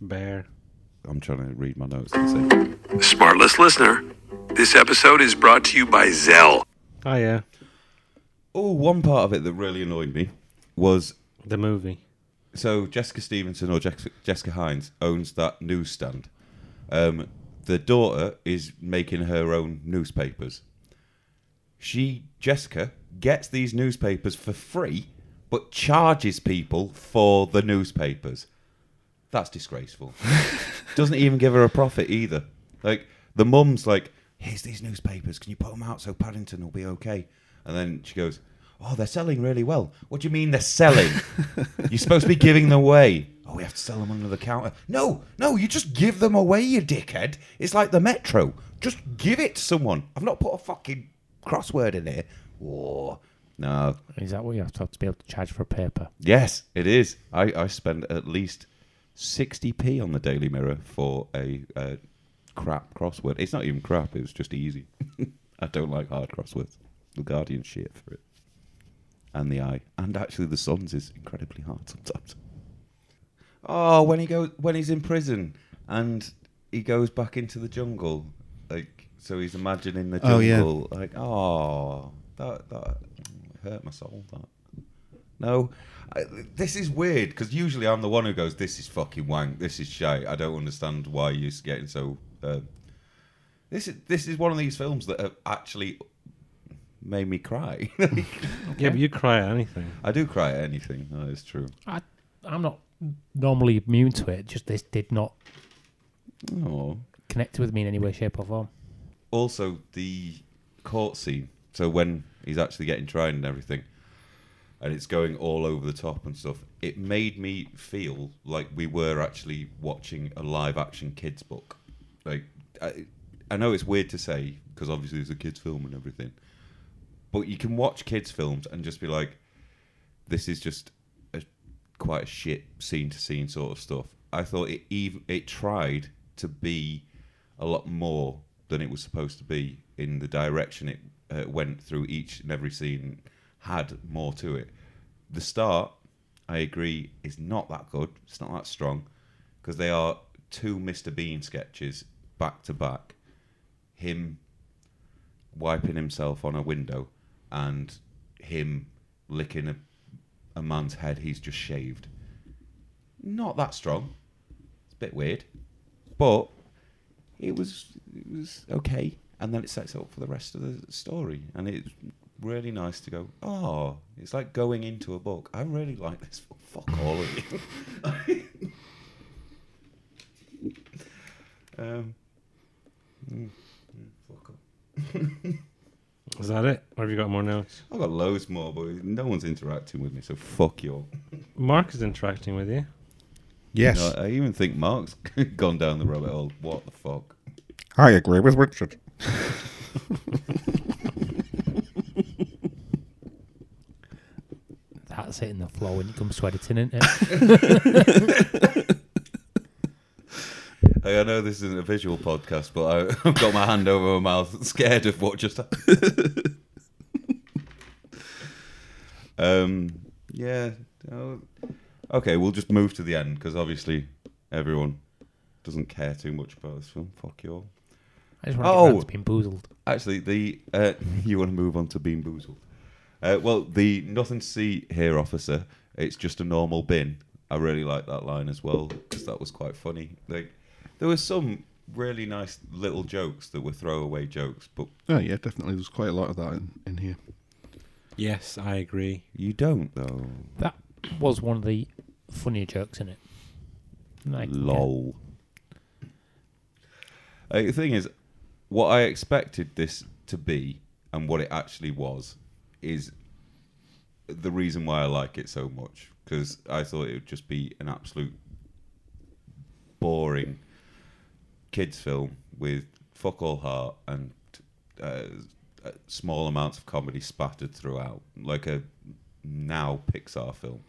Speaker 4: Bear.
Speaker 2: I'm trying to read my notes. At the same time.
Speaker 5: Smartless listener, this episode is brought to you by Zell.
Speaker 4: Oh yeah.
Speaker 2: Oh, one part of it that really annoyed me was
Speaker 4: The movie.
Speaker 2: so Jessica Stevenson or Jessica, Jessica Hines owns that newsstand. Um, the daughter is making her own newspapers. She, Jessica, gets these newspapers for free, but charges people for the newspapers. That's disgraceful. Doesn't even give her a profit either. Like the mum's like, "Here's these newspapers. Can you put them out so Paddington will be okay?" And then she goes, "Oh, they're selling really well. What do you mean they're selling? You're supposed to be giving them away. Oh, we have to sell them under the counter. No, no, you just give them away, you dickhead. It's like the metro. Just give it to someone. I've not put a fucking crossword in here. Whoa. No,
Speaker 3: Is that what you have to have to be able to charge for a paper?
Speaker 2: Yes, it is. I, I spend at least 60p on the Daily Mirror for a uh, crap crossword. It's not even crap, it was just easy. I don't like hard crosswords. The Guardian shit for it. And the eye. And actually, the Sun's is incredibly hard sometimes. Oh, when he goes when he's in prison and he goes back into the jungle, like so he's imagining the
Speaker 1: Oh, yeah.
Speaker 2: jungle. Like, oh, that that mm, hurt my soul. That no, I, this is weird because usually I'm the one who goes, "This is fucking wank. This is shite. I don't understand why you're getting so." Um, this is this is one of these films that have actually made me cry.
Speaker 4: Yeah, but you cry at anything.
Speaker 2: I do cry at anything. That is true.
Speaker 3: I, I'm not normally immune to it. Just this did not
Speaker 2: Oh.
Speaker 3: connect with me in any way, shape, or form.
Speaker 2: also the court scene. So when he's actually getting tried and everything, and it's going all over the top and stuff, it made me feel like we were actually watching a live action kids book. Like, I, I know it's weird to say because obviously it's a kids film and everything, but you can watch kids films and just be like, this is just a, quite a shit scene to scene sort of stuff. I thought it ev- it tried to be a lot more than it was supposed to be in the direction it uh, went through each and every scene had more to it. The start, I agree, is not that good. It's not that strong because they are two Mr. Bean sketches back to back. Him wiping himself on a window and him licking a, a man's head he's just shaved. Not that strong. It's a bit weird. But it was it was okay. And then it sets up for the rest of the story. And it's really nice to go, oh, it's like going into a book. I really like this. Fuck all of you. um, mm, mm, fuck 'em.
Speaker 4: Is that it? Or have you got more notes?
Speaker 2: I've got loads more, but no one's interacting with me, so fuck you. all.
Speaker 4: Mark is interacting with you.
Speaker 1: Yes,
Speaker 2: You know, I even think Mark's gone down the rabbit hole. What the fuck?
Speaker 1: I agree with Richard.
Speaker 3: That's hitting the floor when it comes to editing, isn't it?
Speaker 2: Hey, I know this isn't a visual podcast, but I, I've got my hand over my mouth, scared of what just happened. um, yeah. oh, Okay, we'll just move to the end because obviously everyone doesn't care too much about this film. Fuck you all.
Speaker 3: I just want to
Speaker 2: Oh.
Speaker 3: get back to being boozled.
Speaker 2: Actually, the uh, you want to move on to Bean Boozled. Uh, well, the nothing to see here, officer. It's just a normal bin. I really like that line as well because that was quite funny. Like, there were some really nice little jokes that were throwaway jokes, but
Speaker 1: Oh yeah, definitely. There's quite a lot of that in, in here.
Speaker 4: Yes, I agree.
Speaker 2: you don't though.
Speaker 3: That was one of the funnier jokes in it. Like,
Speaker 2: Lol. Uh, the thing is, what I expected this to be and what it actually was is the reason why I like it so much because I thought it would just be an absolute boring kids film with fuck all heart and uh, uh, small amounts of comedy spattered throughout, like a now Pixar film.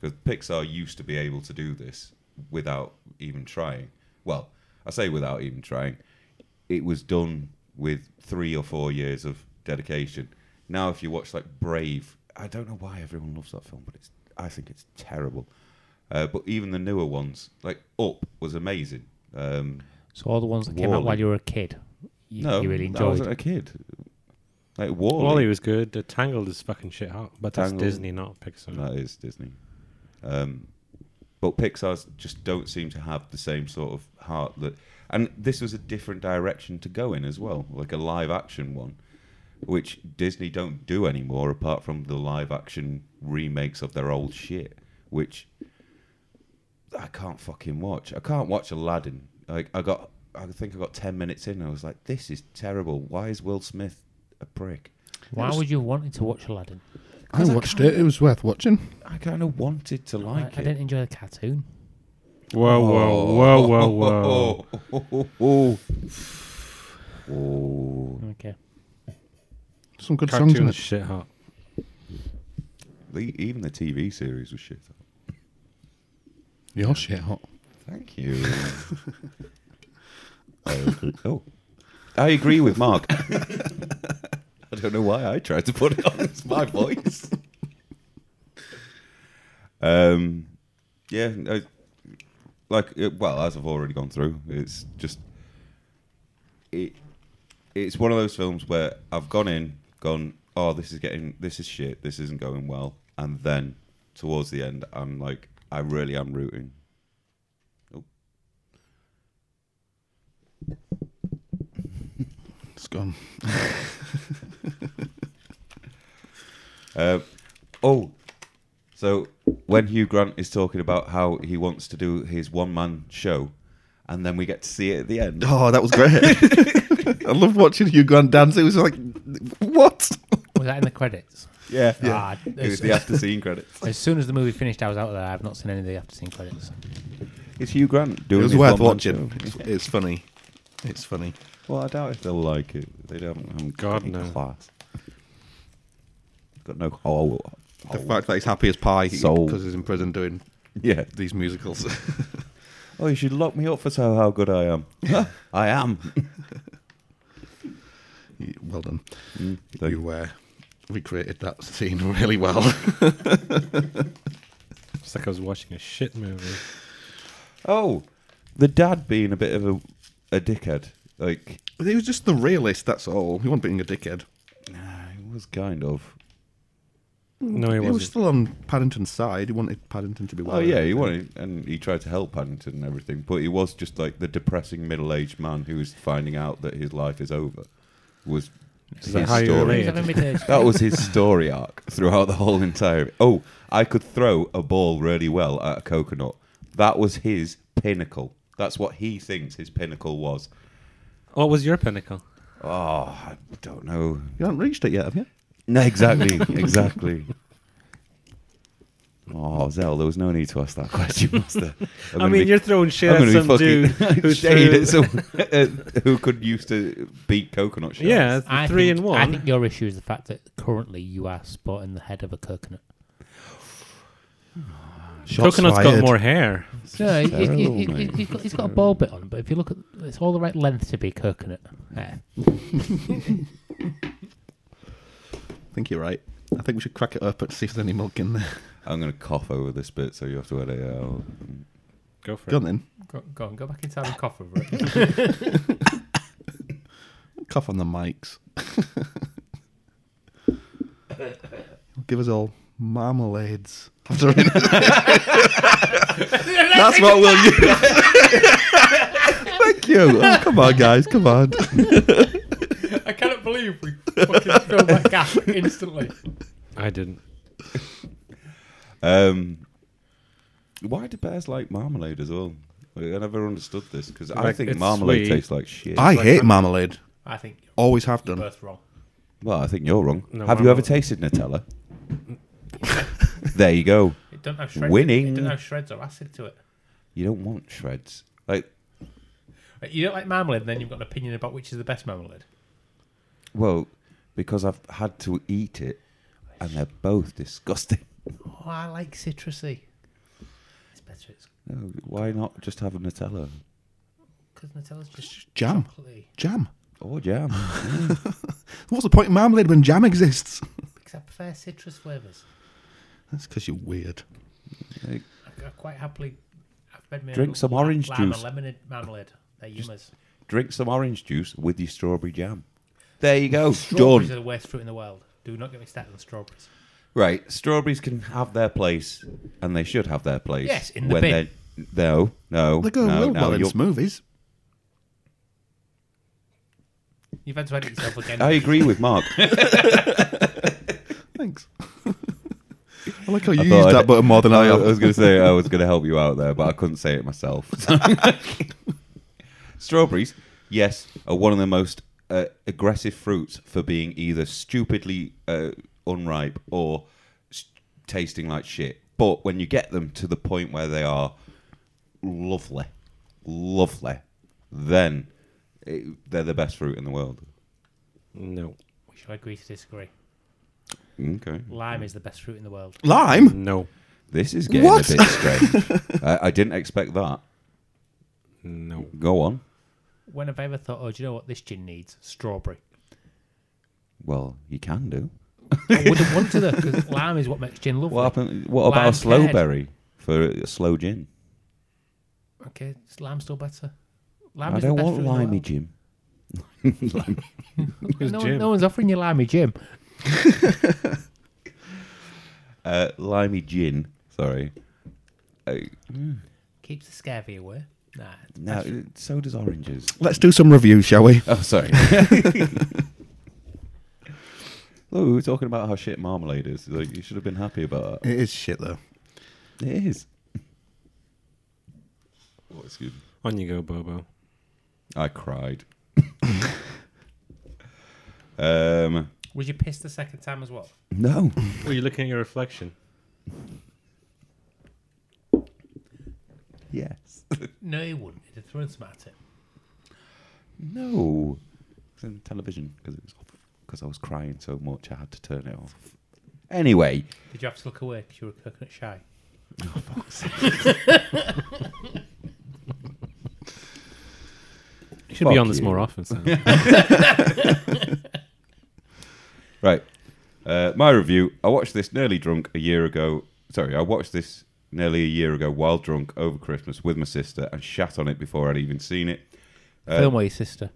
Speaker 2: Because Pixar used to be able to do this without even trying. Well, I say without even trying. It was done with three or four years of dedication. Now, if you watch like Brave, I don't know why everyone loves that film, but it's I think it's terrible. Uh, but even the newer ones, like Up, was amazing. Um,
Speaker 3: So all the ones that came out
Speaker 2: Wall-E.
Speaker 3: while you were a kid, you,
Speaker 2: no,
Speaker 3: you really
Speaker 2: I
Speaker 3: enjoyed.
Speaker 2: wasn't a kid. Like Wall.
Speaker 4: Wally was good. The Tangled is fucking shit out. But that's
Speaker 2: Tangled.
Speaker 4: Disney, not Pixar.
Speaker 2: That is Disney. Um, but Pixar's just don't seem to have the same sort of heart that. And this was a different direction to go in as well, like a live action one, which Disney don't do anymore apart from the live action remakes of their old shit, which I can't fucking watch. I can't watch Aladdin. Like I got, I think I got ten minutes in. And I was like, this is terrible. Why is Will Smith a prick?
Speaker 3: Why would you have wanted to watch Aladdin?
Speaker 1: I watched it. It was worth watching.
Speaker 2: I kind of wanted to
Speaker 3: I,
Speaker 2: like
Speaker 3: I
Speaker 2: it.
Speaker 3: didn't enjoy the cartoon.
Speaker 4: Whoa,
Speaker 2: Oh.
Speaker 4: whoa, whoa, whoa,
Speaker 2: whoa.
Speaker 4: whoa.
Speaker 2: Oh.
Speaker 3: Okay.
Speaker 1: Some good songs in
Speaker 4: Cartoon is
Speaker 1: it.
Speaker 4: shit hot.
Speaker 2: The, even the TV series was shit.
Speaker 1: Your shit hot.
Speaker 2: Thank you. I agree. Oh. I agree with Mark. I don't know why I tried to put it on. It's my voice. Um, yeah, I, like uh, well, as I've already gone through, it's just it. It's one of those films where I've gone in, gone, oh, this is getting, this is shit, this isn't going well, and then towards the end, I'm like, I really am rooting
Speaker 1: It's gone.
Speaker 2: Uh, oh, so when Hugh Grant is talking about how he wants to do his one man show, and then we get to see it at the end.
Speaker 1: Oh, that was great. I love watching Hugh Grant dance. It was like, what?
Speaker 3: Was that in the credits?
Speaker 2: Yeah,
Speaker 3: Yeah. Ah,
Speaker 2: it was the after scene credits.
Speaker 3: As soon as the movie finished, I was out of there. I've not seen any of the after scene credits.
Speaker 2: It's Hugh Grant
Speaker 1: It
Speaker 2: doing
Speaker 1: was
Speaker 2: his
Speaker 1: worth
Speaker 2: one-man
Speaker 1: watching.
Speaker 2: show.
Speaker 1: It's, it's funny. It's funny.
Speaker 2: Well, I doubt if they'll like it. They don't. Haven't got
Speaker 4: God,
Speaker 2: any
Speaker 4: no.
Speaker 2: class. Got no. Oh,
Speaker 1: The fact that he's happy as pie
Speaker 2: Soul.
Speaker 1: because he's in prison doing
Speaker 2: yeah.
Speaker 1: these musicals.
Speaker 2: Oh, you should lock me up for so how good I am. I am.
Speaker 1: You- Well done.
Speaker 2: Mm, thank you.
Speaker 1: You uh, recreated that scene really well.
Speaker 4: It's like I was watching a shit movie.
Speaker 2: Oh, the dad being a bit of a, a dickhead. Like,
Speaker 1: he was just the realist, that's all. He wasn't being a dickhead.
Speaker 2: nah, he was kind of.
Speaker 4: No, he
Speaker 1: He was
Speaker 4: wasn't.
Speaker 1: still on Paddington's side. He wanted Paddington to be well.
Speaker 2: Oh yeah, he wanted, and he tried to help Paddington and everything, but he was just like the depressing middle-aged man who was finding out that his life is over. Was
Speaker 4: Is that
Speaker 2: his
Speaker 4: how you
Speaker 2: story.
Speaker 4: relate?
Speaker 3: He's having mid-age.
Speaker 2: That was his story arc throughout the whole entire. Oh, I could throw a ball really well at a coconut. That was his pinnacle. That's what he thinks his pinnacle was.
Speaker 4: What was your pinnacle?
Speaker 2: Oh, I don't know.
Speaker 1: You haven't reached it yet, have you?
Speaker 2: No, exactly, exactly. Oh, Zell, there was no need to ask that question, was there? I'm
Speaker 4: I
Speaker 2: gonna
Speaker 4: mean,
Speaker 2: be-
Speaker 4: you're throwing shit
Speaker 2: I'm
Speaker 4: at some
Speaker 2: gonna be
Speaker 4: dude
Speaker 2: fucking
Speaker 4: who
Speaker 2: shade
Speaker 4: threw-
Speaker 2: at someone uh, who could used to beat coconut shells.
Speaker 4: Yeah, it's
Speaker 3: I
Speaker 4: three
Speaker 3: think,
Speaker 4: and
Speaker 3: I
Speaker 4: one.
Speaker 3: think your issue is the fact that currently you are spotting the head of a coconut.
Speaker 4: Coconut's got more hair.
Speaker 3: No, it, it,
Speaker 2: terrible,
Speaker 3: it,
Speaker 2: mate.
Speaker 3: it, has got, it's got a ball bit on, it, but if you look at it's all the right length to be coconut. Yeah.
Speaker 1: I think you're right. I think we should crack it up and see if there's any milk in there.
Speaker 2: I'm gonna cough over this bit, so you have to edit it out.
Speaker 4: Go for
Speaker 1: Go
Speaker 4: it.
Speaker 1: on then.
Speaker 3: Go, go on, go back inside and cough over it.
Speaker 1: Cough on the mics. Give us all marmalades. After That's what we'll use. Thank you. Oh, come on, guys. Come on.
Speaker 3: I cannot believe we fucking filled that gap instantly.
Speaker 4: I didn't.
Speaker 2: Um, why do bears like marmalade as well? Like, I never understood this because I
Speaker 4: Like,
Speaker 2: think
Speaker 4: it's
Speaker 2: marmalade
Speaker 4: sweet.
Speaker 2: tastes like shit.
Speaker 1: I hate marmalade.
Speaker 3: I think you're
Speaker 1: Always have done.
Speaker 3: both wrong.
Speaker 2: well, I think you're wrong.
Speaker 4: No,
Speaker 2: have you ever
Speaker 4: marmalade-
Speaker 2: tasted Nutella? there you go.
Speaker 3: It don't have
Speaker 2: shreds- Winning. it
Speaker 3: It
Speaker 2: don't
Speaker 3: don't
Speaker 2: have
Speaker 3: have shreds or acid to it.
Speaker 2: You don't want shreds. Like,
Speaker 3: You don't like marmalade, then you've got an opinion about which is the best marmalade.
Speaker 2: well, because I've had to eat it, and they're both disgusting.
Speaker 3: Oh, I like citrusy. It's better. It's
Speaker 2: No, why not just have a Nutella
Speaker 3: because Nutella's just
Speaker 1: Jam.
Speaker 3: chocolatey.
Speaker 1: Jam.
Speaker 2: or jam?
Speaker 1: What's the point of marmalade when jam exists?
Speaker 3: Because I prefer citrus flavours.
Speaker 1: That's because you're weird.
Speaker 2: Like,
Speaker 3: I quite happily. I've made me a
Speaker 2: Drink
Speaker 3: little
Speaker 2: some
Speaker 3: lime-
Speaker 2: orange
Speaker 3: lime and
Speaker 2: juice.
Speaker 3: lemonade marmalade. They're yummers.
Speaker 2: drink some orange juice with your strawberry jam. There you go.
Speaker 3: Strawberries
Speaker 2: Done.
Speaker 3: are the worst fruit in the world. Do not get me started on strawberries.
Speaker 2: Right, strawberries can have their place, and they should have their place.
Speaker 3: Yes, in the bin.
Speaker 2: they're- No, no,
Speaker 1: They go
Speaker 2: no,
Speaker 1: well,
Speaker 2: no,
Speaker 1: well in
Speaker 2: you're-
Speaker 1: smoothies.
Speaker 3: You've had to edit yourself again.
Speaker 2: I agree with Mark.
Speaker 1: Thanks. I like how you
Speaker 2: I
Speaker 1: used
Speaker 2: thought I'd-
Speaker 1: that button more than I
Speaker 2: I,
Speaker 1: have.
Speaker 2: was going to say I was going to help you out there, but I couldn't say it myself. Strawberries, yes, are one of the most uh, aggressive fruits for being either stupidly uh, unripe or s- tasting like shit. But when you get them to the point where they are lovely, lovely, then it, they're the best fruit in the world.
Speaker 4: No.
Speaker 3: We shall agree to disagree.
Speaker 2: Mm-hmm.
Speaker 1: Mm,
Speaker 2: Okay.
Speaker 3: Lime is the best fruit in the world.
Speaker 1: Lime?
Speaker 4: No.
Speaker 2: This is getting
Speaker 1: What?
Speaker 2: a bit strange. I, I didn't expect that.
Speaker 4: No.
Speaker 2: Go on.
Speaker 3: When have I ever thought, oh, do you know what this gin needs? Strawberry.
Speaker 2: Well, you can do.
Speaker 3: I wouldn't want to though, because lime is what makes gin lovely.
Speaker 2: What happened? What
Speaker 3: Lime
Speaker 2: about a slow
Speaker 3: curd.
Speaker 2: berry for a slow gin?
Speaker 3: Okay, is lime still better? Lime
Speaker 2: I
Speaker 3: is the
Speaker 2: don't
Speaker 3: best
Speaker 2: want
Speaker 3: fruit in the
Speaker 2: limey
Speaker 3: world.
Speaker 2: gin.
Speaker 4: Who's
Speaker 3: No, one-
Speaker 4: Jim?
Speaker 3: no one's offering you limey Jim.
Speaker 2: Uh, limey gin. Sorry. Uh,
Speaker 3: Keeps the scurvy away. Nah.
Speaker 2: no, it- so does oranges.
Speaker 1: Let's do some reviews, shall we?
Speaker 2: Oh, sorry. Look, we were talking about how shit marmalade is. Like, you should have been happy about
Speaker 1: It is shit, though.
Speaker 2: that. It is. Oh, it's good.
Speaker 4: On you go, Bobo.
Speaker 2: I cried. um,
Speaker 3: Was you pissed the second time as well?
Speaker 2: no.
Speaker 4: Well, you're looking at your reflection.
Speaker 2: Yes.
Speaker 3: No, you wouldn't. You'd have thrown some at it.
Speaker 2: No. It's in television because it was because I was crying so much I had to turn it off. Anyway, Oh,
Speaker 3: Did you have to look away because you were coconut shy?
Speaker 4: You should be
Speaker 2: Fuck
Speaker 4: on this
Speaker 2: you.
Speaker 4: more often. Sam.
Speaker 2: Right. Uh, my review. I watched this nearly drunk a year ago. Sorry, I watched this nearly a year ago while drunk over Christmas with my sister and shat on it before I'd even seen it. Uh,
Speaker 3: Film where your sister.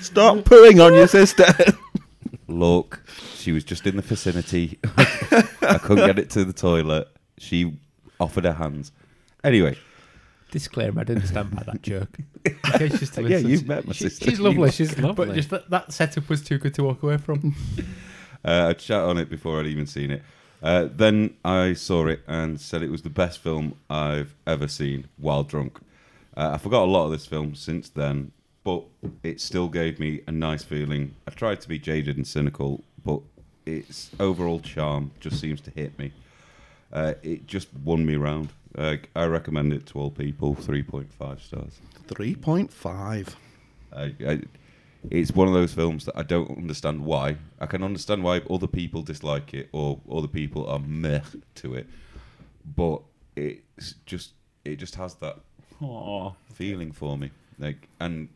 Speaker 1: Stop pooing on your sister.
Speaker 2: Look, she was just in the vicinity. I couldn't get it to the toilet. She offered her hands. Anyway,
Speaker 3: Disclaimer: I didn't stand by that joke. In case you still
Speaker 2: Yeah,
Speaker 3: listen.
Speaker 2: you've met my
Speaker 3: She-
Speaker 2: sister.
Speaker 3: She's lovely.
Speaker 2: You've-
Speaker 3: She's lovely. But
Speaker 4: lovely.
Speaker 3: just that, that setup was too good to walk away from.
Speaker 2: Uh, I'd shat on it before I'd even seen it. Uh, then I saw it and said it was the best film I've ever seen while drunk. Uh, I forgot a lot of this film since then, but it still gave me a nice feeling. I tried to be jaded and cynical, but its overall charm just seems to hit me. Uh, it just won me round. Uh, I recommend it to all people. Three point five stars.
Speaker 1: Three point five.
Speaker 2: I, I, it's one of those films that I don't understand why. I can understand why other people dislike it or other people are meh to it, but it's just it just has that feeling for me. Like and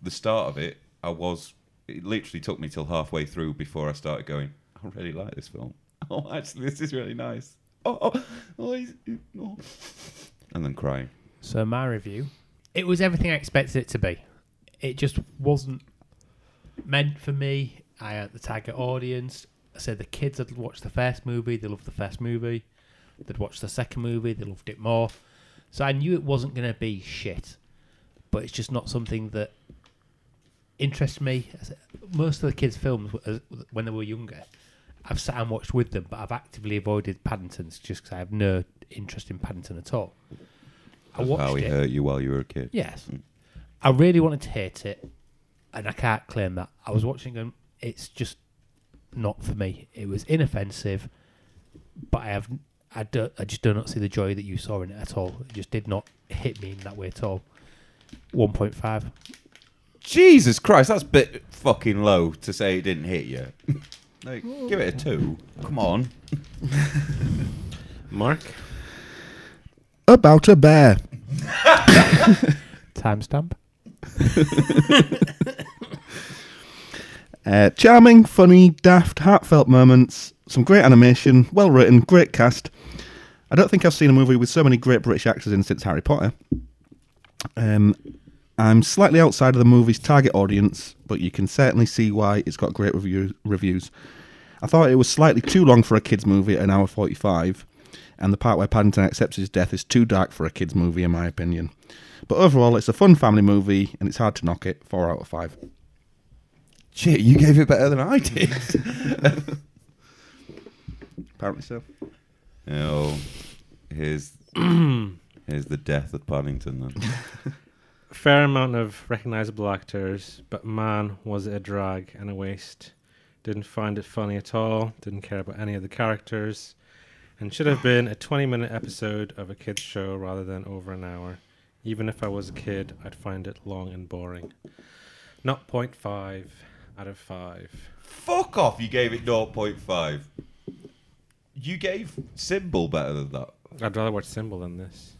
Speaker 2: the start of it, I was it literally took me till halfway through before I started going. I really like this film. Oh, actually, this is really nice. Oh, oh, oh, he's, oh. and then crying.
Speaker 3: So my review, it was everything I expected it to be. It just wasn't meant for me. I had the target audience. I said the kids had watched the first movie, they loved the first movie. They'd watched the second movie, they loved it more. So I knew it wasn't going to be shit, but it's just not something that interests me. I said- Most of the kids' films were- when they were younger, I've sat and watched with them, but I've actively avoided Paddington's just because I have no interest in Paddington at all. I watched
Speaker 2: How he
Speaker 3: it.
Speaker 2: hurt you while you were a kid.
Speaker 3: Yes. I really wanted to hate it, and I can't claim that. I
Speaker 2: Hmm.
Speaker 3: was watching them. It's just not for me. It was inoffensive, but I have I, do, I just do not see the joy that you saw in it at all. It just did not hit me in that way at all. One point five.
Speaker 2: Jesus Christ, that's a bit fucking low to say it didn't hit you. like, give it a two. Come on.
Speaker 4: Mark,
Speaker 1: About a bear.
Speaker 3: Timestamp.
Speaker 1: Uh, charming, funny, daft, heartfelt moments. Some great animation. Well written. Great cast. I don't think I've seen a movie with so many great British actors in since Harry Potter. Um, I'm slightly outside of the movie's target audience, but you can certainly see why it's got great review- reviews. I thought it was slightly too long for a kids' movie at an hour 45, and the part where Paddington accepts his death is too dark for a kids' movie, in my opinion. But overall, it's a fun family movie, and it's hard to knock it. Four out of five.
Speaker 2: Shit, you gave it better than I did.
Speaker 1: Apparently so.
Speaker 2: oh, here's here's the death of Paddington then.
Speaker 4: fair amount of recognizable actors, but man, was it a drag and a waste. Didn't find it funny at all. Didn't care about any of the characters, and should have been a 20-minute episode of a kids' show rather than over an hour. Even if I was a kid, I'd find it long and boring. Not 0.5 out of five.
Speaker 2: Fuck off, you gave it 0.5. You gave Symbol better than that.
Speaker 4: I'd rather watch Symbol than this.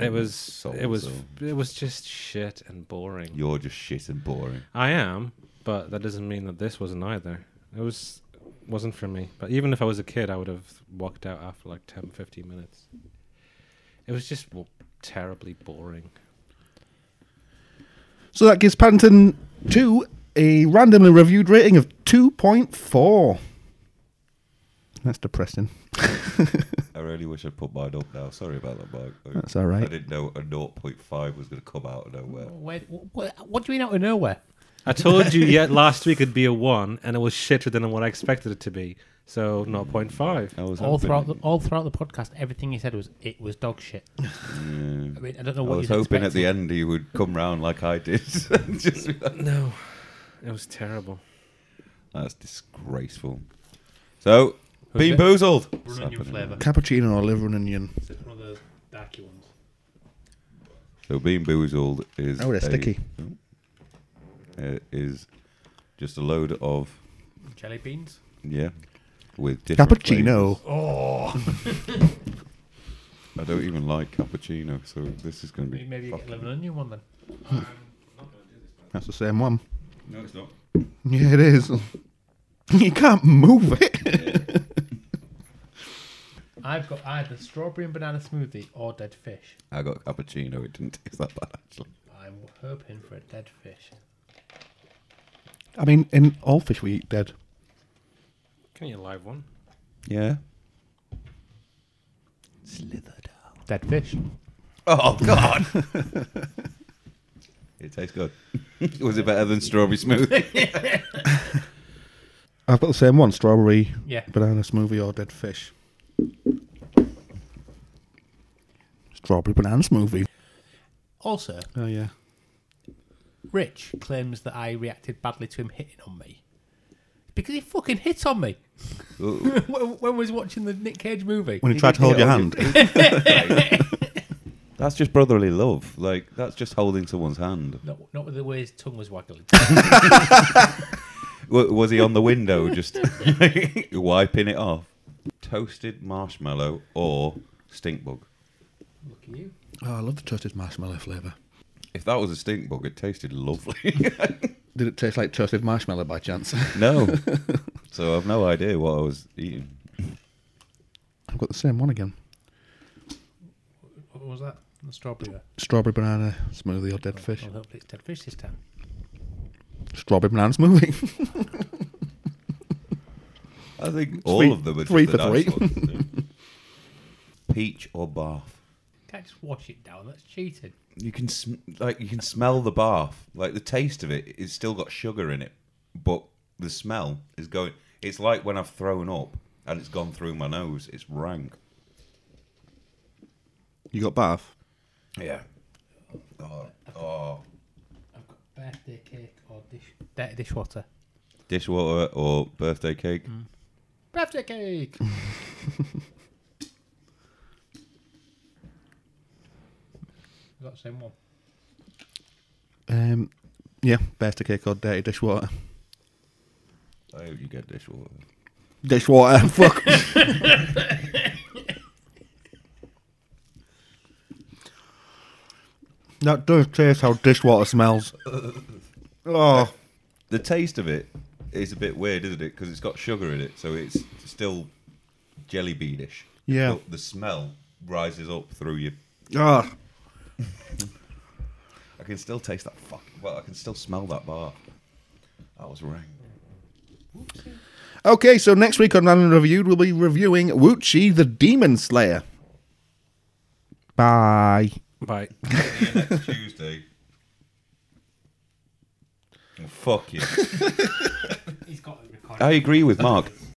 Speaker 4: It was it was
Speaker 2: So-and-so.
Speaker 4: it was just shit and boring.
Speaker 2: You're just shit and boring.
Speaker 4: I am, but that doesn't mean that this wasn't either. It was wasn't for me. But even if I was a kid, I would have walked out after like 10, 15 minutes. It was just w- terribly boring.
Speaker 1: So that gives Paddington 2 a randomly reviewed rating of 2.4. That's depressing.
Speaker 2: I really wish I'd put mine up now. Sorry about that, Mark. I-
Speaker 1: That's all right.
Speaker 2: I didn't know a 0.5 was going to come out of nowhere.
Speaker 3: Wait, what, what do you mean out of nowhere?
Speaker 4: I told you yet last week it'd be a one, and it was shitter than what I expected it to be. So not point five.
Speaker 2: I was
Speaker 3: All
Speaker 2: hoping-
Speaker 3: throughout the, all throughout the podcast, everything he said was it was dog shit.
Speaker 2: Yeah.
Speaker 3: I mean, I don't know
Speaker 2: I
Speaker 3: what
Speaker 2: was
Speaker 3: you
Speaker 2: hoping at the end he would come round like I did. Just be like,
Speaker 4: No, it was terrible.
Speaker 2: that's disgraceful. So,
Speaker 3: Who's
Speaker 2: bean
Speaker 3: it?
Speaker 2: boozled. It's
Speaker 3: Running
Speaker 2: happening.
Speaker 3: flavour.
Speaker 1: Cappuccino or liver and onion?
Speaker 3: One of those darky ones.
Speaker 2: So bean boozled is
Speaker 1: Oh, they're
Speaker 2: a-
Speaker 1: sticky.
Speaker 2: uh, is just a load of
Speaker 3: Jelly beans.
Speaker 2: yeah with different
Speaker 1: Cappuccino.
Speaker 2: flavours. I don't even like cappuccino, so this is going to be.
Speaker 3: Maybe you get a
Speaker 2: fucking-
Speaker 3: lemon onion one then.
Speaker 1: That's the same one.
Speaker 2: No, it's not.
Speaker 1: Yeah, it is. you can't move it.
Speaker 3: I've got either strawberry and banana smoothie or dead fish.
Speaker 2: I got cappuccino. It didn't taste that bad actually.
Speaker 3: I'm hoping for a dead fish.
Speaker 1: I mean, in all fish we eat dead.
Speaker 4: Can you live one?
Speaker 2: Yeah.
Speaker 3: Dead fish.
Speaker 2: Oh God. it tastes good. Was it better than strawberry smoothie?
Speaker 1: I've got the same one: strawberry,
Speaker 3: Yeah.
Speaker 1: banana smoothie, or dead fish. Strawberry banana smoothie.
Speaker 3: Also,
Speaker 1: Oh yeah.
Speaker 3: Rich claims that I reacted badly to him hitting on me because he fucking hit on me
Speaker 2: Ooh.
Speaker 3: when when we was watching the Nick Cage movie.
Speaker 1: When he, tried to hold your hand.
Speaker 2: That's just brotherly love. Like that's just holding someone's hand.
Speaker 3: Not, not with the way his tongue was waggling.
Speaker 2: W- was he on the window just wiping it off? Toasted marshmallow or stink bug?
Speaker 3: Look at you.
Speaker 1: oh, I love the toasted marshmallow flavour.
Speaker 2: If that was a stink bug, it tasted lovely.
Speaker 1: Did it taste like toasted marshmallow by chance?
Speaker 2: no. So I've no idea what I was eating.
Speaker 1: I've got the same one again:
Speaker 3: What was that? The strawberry. one.
Speaker 1: strawberry banana smoothie or dead fish.
Speaker 3: Well, hopefully it's dead fish this time.
Speaker 1: Strawberry banana smoothie.
Speaker 2: I think all
Speaker 1: Three-
Speaker 2: of them are
Speaker 1: three
Speaker 2: just
Speaker 1: for
Speaker 2: the nice
Speaker 1: three.
Speaker 2: ones, yeah. Peach or bath?
Speaker 3: Can't just wash it down. That's cheating.
Speaker 2: You can sm- like you can smell the bath. Like the taste of it, it's still got sugar in it, but the smell is going. It's like when I've thrown up and it's gone through my nose. It's rank.
Speaker 1: you got bath.
Speaker 2: Yeah. Oh, oh.
Speaker 3: I've got birthday cake or dish dirty dishwater.
Speaker 2: Dishwater or birthday cake?
Speaker 3: Birthday cake. Got the same one.
Speaker 1: Um, yeah, birthday cake or dirty dishwater.
Speaker 2: I hope you get dishwater.
Speaker 1: Dishwater. Fuck. that does taste how dishwater smells. Oh,
Speaker 2: The taste of it is a bit weird, isn't it? Because it's got sugar in it, so it's still jelly beanish.
Speaker 1: Yeah.
Speaker 2: But the smell rises up through your
Speaker 1: oh.
Speaker 2: I can still taste that fuck. Well, I can still smell that bar. That was rank.
Speaker 1: Okay, so next week on Random Reviewed, we'll be reviewing Wuchi the Demon Slayer. Bye.
Speaker 4: Bye.
Speaker 2: Next Tuesday. Oh, fuck you.
Speaker 3: He's got it recorded.
Speaker 2: I agree with Mark.